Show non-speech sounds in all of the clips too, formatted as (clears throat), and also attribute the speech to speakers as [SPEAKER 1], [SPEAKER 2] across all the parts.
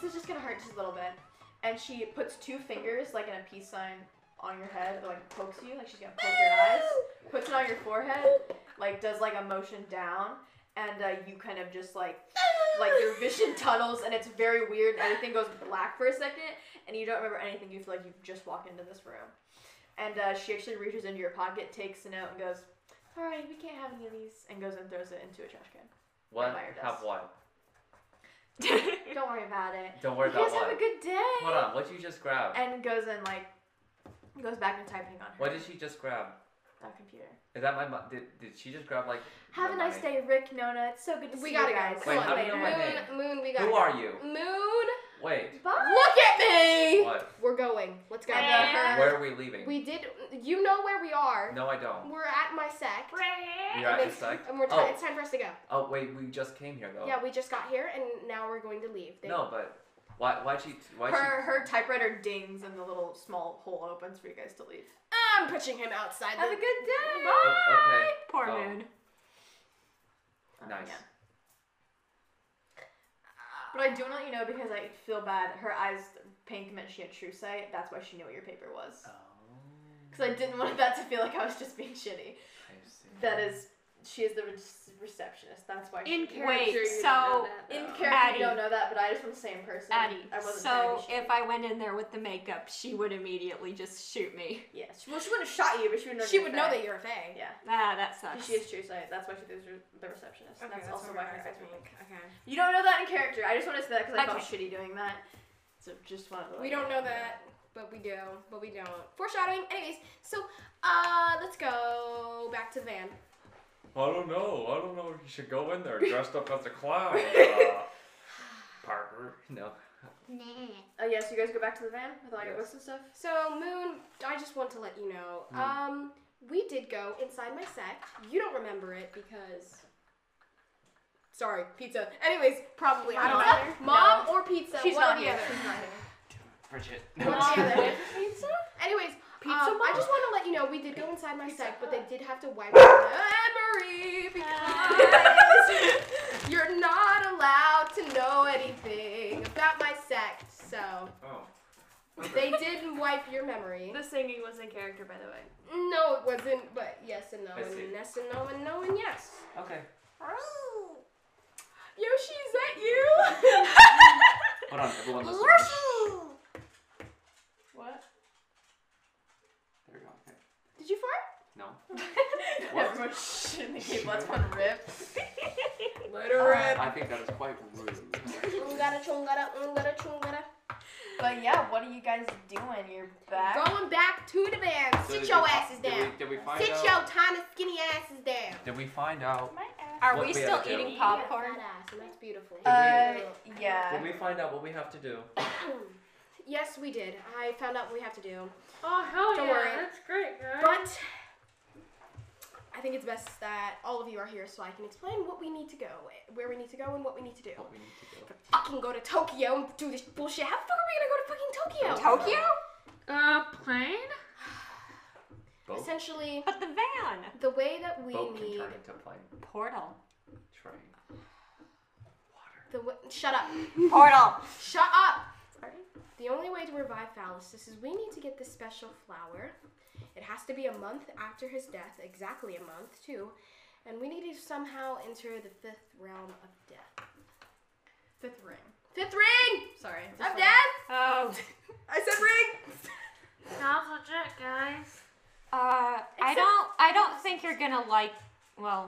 [SPEAKER 1] just a little bit, and she puts two fingers like in a peace sign on your head, but, like pokes you, like she's gonna poke your eyes, puts it on your forehead, like does like a motion down, and uh, you kind of just like like your vision tunnels, and it's very weird, and everything goes black for a second, and you don't remember anything. You feel like you've just walked into this room, and uh, she actually reaches into your pocket, takes it out, and goes. All right, we can't have any of these, and goes and throws it into a trash can.
[SPEAKER 2] What?
[SPEAKER 1] Vampire
[SPEAKER 2] Have
[SPEAKER 1] dust.
[SPEAKER 2] what?
[SPEAKER 1] Don't worry about it.
[SPEAKER 2] Don't worry
[SPEAKER 1] you guys
[SPEAKER 2] about
[SPEAKER 1] have a
[SPEAKER 2] what.
[SPEAKER 1] good day.
[SPEAKER 2] Hold on. What did you just grab?
[SPEAKER 1] And goes and like goes back and typing on her.
[SPEAKER 2] What did she just grab?
[SPEAKER 1] Our computer.
[SPEAKER 2] Is that my mom? Did, did she just grab like?
[SPEAKER 1] Have a
[SPEAKER 2] the
[SPEAKER 1] nice
[SPEAKER 2] money?
[SPEAKER 1] day, Rick, Nona. It's so good to
[SPEAKER 3] We
[SPEAKER 1] see
[SPEAKER 3] gotta
[SPEAKER 1] you
[SPEAKER 3] go.
[SPEAKER 1] guys.
[SPEAKER 3] Come
[SPEAKER 1] See
[SPEAKER 2] Wait,
[SPEAKER 1] you
[SPEAKER 2] how do you know
[SPEAKER 1] later.
[SPEAKER 2] my
[SPEAKER 3] Moon,
[SPEAKER 2] name?
[SPEAKER 3] Moon, we got
[SPEAKER 2] Who
[SPEAKER 3] it.
[SPEAKER 2] are you?
[SPEAKER 3] Moon,
[SPEAKER 2] Wait.
[SPEAKER 1] Bye.
[SPEAKER 3] look at me.
[SPEAKER 2] What?
[SPEAKER 3] We're going. Let's go.
[SPEAKER 1] And,
[SPEAKER 4] Yeah.
[SPEAKER 1] uh, her-
[SPEAKER 2] Where are we leaving?
[SPEAKER 3] We did. You know where we are.
[SPEAKER 2] No, I don't.
[SPEAKER 3] We're at my sect.
[SPEAKER 2] You're at
[SPEAKER 3] and
[SPEAKER 2] the
[SPEAKER 3] it's-
[SPEAKER 2] site.
[SPEAKER 3] And we're ti
[SPEAKER 2] Oh.
[SPEAKER 3] it's time for us to go.
[SPEAKER 2] Oh wait, we just came here though.
[SPEAKER 3] Yeah, we just got here, and now we're going to leave. They-
[SPEAKER 2] No, but why? Why'd she? Why'd
[SPEAKER 1] Her her typewriter dings and the little small hole opens for you guys to leave.
[SPEAKER 3] I'm pushing him outside.
[SPEAKER 1] Have a
[SPEAKER 3] the-
[SPEAKER 1] good day.
[SPEAKER 2] she?
[SPEAKER 1] Bye.
[SPEAKER 2] O- okay.
[SPEAKER 1] Poor
[SPEAKER 2] Oh.
[SPEAKER 1] Moon. Um,
[SPEAKER 2] Nice.
[SPEAKER 1] yeah. But I do want to let you know because I feel bad. Her eyes pink meant she had true sight. That's why she knew what your paper was.
[SPEAKER 2] Oh.
[SPEAKER 1] Because I didn't want that to feel like I was just being shitty.
[SPEAKER 2] I see.
[SPEAKER 1] That is, she is the re- receptionist. That's why.
[SPEAKER 4] In
[SPEAKER 1] she,
[SPEAKER 4] character,
[SPEAKER 1] Wait,
[SPEAKER 4] you didn't
[SPEAKER 3] know
[SPEAKER 4] so-
[SPEAKER 3] that,
[SPEAKER 1] in
[SPEAKER 3] though.
[SPEAKER 1] character,
[SPEAKER 4] Addie.
[SPEAKER 1] you don't know that, but I just am the same person.
[SPEAKER 4] Addie.
[SPEAKER 1] I wasn't
[SPEAKER 4] So
[SPEAKER 1] saying
[SPEAKER 4] if I went in there with the makeup, she would immediately just shoot me.
[SPEAKER 1] she, yeah, she, well, she wouldn't have shot you, but she would know.
[SPEAKER 3] She
[SPEAKER 1] you're
[SPEAKER 3] would
[SPEAKER 1] fat.
[SPEAKER 3] know that you're a fae.
[SPEAKER 1] Yeah,
[SPEAKER 4] Ah, that
[SPEAKER 1] 'cause
[SPEAKER 4] sucks.
[SPEAKER 1] she is true sight. That's why she was re- the receptionist.
[SPEAKER 3] Okay,
[SPEAKER 1] that's,
[SPEAKER 3] that's
[SPEAKER 1] also why
[SPEAKER 3] what I
[SPEAKER 1] her eyes were
[SPEAKER 3] think.
[SPEAKER 1] pink.
[SPEAKER 3] Okay.
[SPEAKER 1] You don't know that in character. I just wanted to say that because I felt
[SPEAKER 4] Okay.
[SPEAKER 1] shitty doing that. So just wanted to. let
[SPEAKER 3] We
[SPEAKER 1] you
[SPEAKER 3] don't know that, but we do, but we don't. Foreshadowing. Anyways, so uh, let's go back to the van.
[SPEAKER 2] I don't know. I don't know if you should go in there dressed up as a
[SPEAKER 1] (laughs)
[SPEAKER 2] clown. Uh, Parker. (laughs) No.
[SPEAKER 1] Oh yeah, so you guys go back to the van with all your
[SPEAKER 2] Yes.
[SPEAKER 1] books and stuff.
[SPEAKER 3] So Moon, I just want to let you know,
[SPEAKER 2] Hmm.
[SPEAKER 3] um, we did go inside my sect. You don't remember it because. Sorry, pizza. Anyways, probably I don't
[SPEAKER 1] Pizza?
[SPEAKER 3] know. Mom or pizza,
[SPEAKER 1] She's
[SPEAKER 3] one
[SPEAKER 1] not
[SPEAKER 3] or the
[SPEAKER 1] here.
[SPEAKER 3] other.
[SPEAKER 1] She's not here.
[SPEAKER 2] Bridget. (laughs)
[SPEAKER 3] One or the other.
[SPEAKER 1] Pizza?
[SPEAKER 3] Anyways,
[SPEAKER 1] Pizza
[SPEAKER 3] um, I
[SPEAKER 1] Mom?
[SPEAKER 3] just want to let you know we did go inside my
[SPEAKER 1] Pizza
[SPEAKER 3] sect, but they
[SPEAKER 1] Hut.
[SPEAKER 3] did have to wipe out my memory
[SPEAKER 1] (laughs)
[SPEAKER 3] because you're not allowed to know anything about my sect. So
[SPEAKER 2] Oh.
[SPEAKER 3] they did wipe your memory.
[SPEAKER 4] The singing was in character, by the way.
[SPEAKER 3] No, it wasn't. But yes and no
[SPEAKER 2] I see.
[SPEAKER 3] and yes and no and no and yes.
[SPEAKER 2] Okay.
[SPEAKER 3] Yoshi, is that you?
[SPEAKER 2] Hold on, everyone listen.
[SPEAKER 1] What?
[SPEAKER 2] There we go. Okay.
[SPEAKER 3] Did you fart?
[SPEAKER 2] No. What?
[SPEAKER 1] (laughs) Everyone shit in the game lets one rip.
[SPEAKER 3] Let
[SPEAKER 5] Uh,
[SPEAKER 3] her
[SPEAKER 2] I think that is quite
[SPEAKER 5] (laughs)
[SPEAKER 2] rude.
[SPEAKER 3] Ungada chungada ungada chungada.
[SPEAKER 1] But yeah, what are you guys doing? You're back.
[SPEAKER 3] Going back to the van.
[SPEAKER 2] So
[SPEAKER 3] Sit
[SPEAKER 2] did
[SPEAKER 3] your
[SPEAKER 2] we-
[SPEAKER 3] asses down.
[SPEAKER 2] Did we, did we find
[SPEAKER 3] Sit
[SPEAKER 2] out?
[SPEAKER 3] your tiny skinny asses down.
[SPEAKER 2] Did we find out?
[SPEAKER 1] My ass.
[SPEAKER 4] Are
[SPEAKER 2] What
[SPEAKER 4] we
[SPEAKER 2] we
[SPEAKER 4] still
[SPEAKER 2] gotta do.
[SPEAKER 4] eating popcorn?
[SPEAKER 3] That's beautiful. Uh,
[SPEAKER 1] Uh,
[SPEAKER 2] Did
[SPEAKER 1] yeah.
[SPEAKER 2] we find out what we have to do?
[SPEAKER 3] (clears throat) yes, we did. I found out what we have to do,
[SPEAKER 4] Oh hell
[SPEAKER 3] Don't yeah, worry.
[SPEAKER 4] That's great, guys.
[SPEAKER 3] but I think it's best that all of you are here so I can explain what we need to go, where we need to go, and what we need to do.
[SPEAKER 2] What we need to do?
[SPEAKER 3] Fucking go to Tokyo and do this bullshit. How the fuck are we gonna go to fucking Tokyo?
[SPEAKER 4] Tokyo? Uh, plane?
[SPEAKER 2] Boat.
[SPEAKER 3] Essentially,
[SPEAKER 4] But the van.
[SPEAKER 3] the way that we
[SPEAKER 2] Boat can
[SPEAKER 3] need
[SPEAKER 2] turn into plane.
[SPEAKER 4] Portal.
[SPEAKER 2] Train.
[SPEAKER 3] the w- shut up,
[SPEAKER 4] Portal.
[SPEAKER 3] shut up. The only way to revive Phallustus is we need to get this special flower. It has to be a month after his death, exactly a month too, and we need to somehow enter the fifth realm of death.
[SPEAKER 1] Fifth ring.
[SPEAKER 3] Fifth ring
[SPEAKER 1] Sorry.
[SPEAKER 3] of death.
[SPEAKER 4] Oh.
[SPEAKER 3] I said ring.
[SPEAKER 1] (laughs)
[SPEAKER 4] Sounds legit, guys. Uh, I don't. I don't think you're gonna like. Well,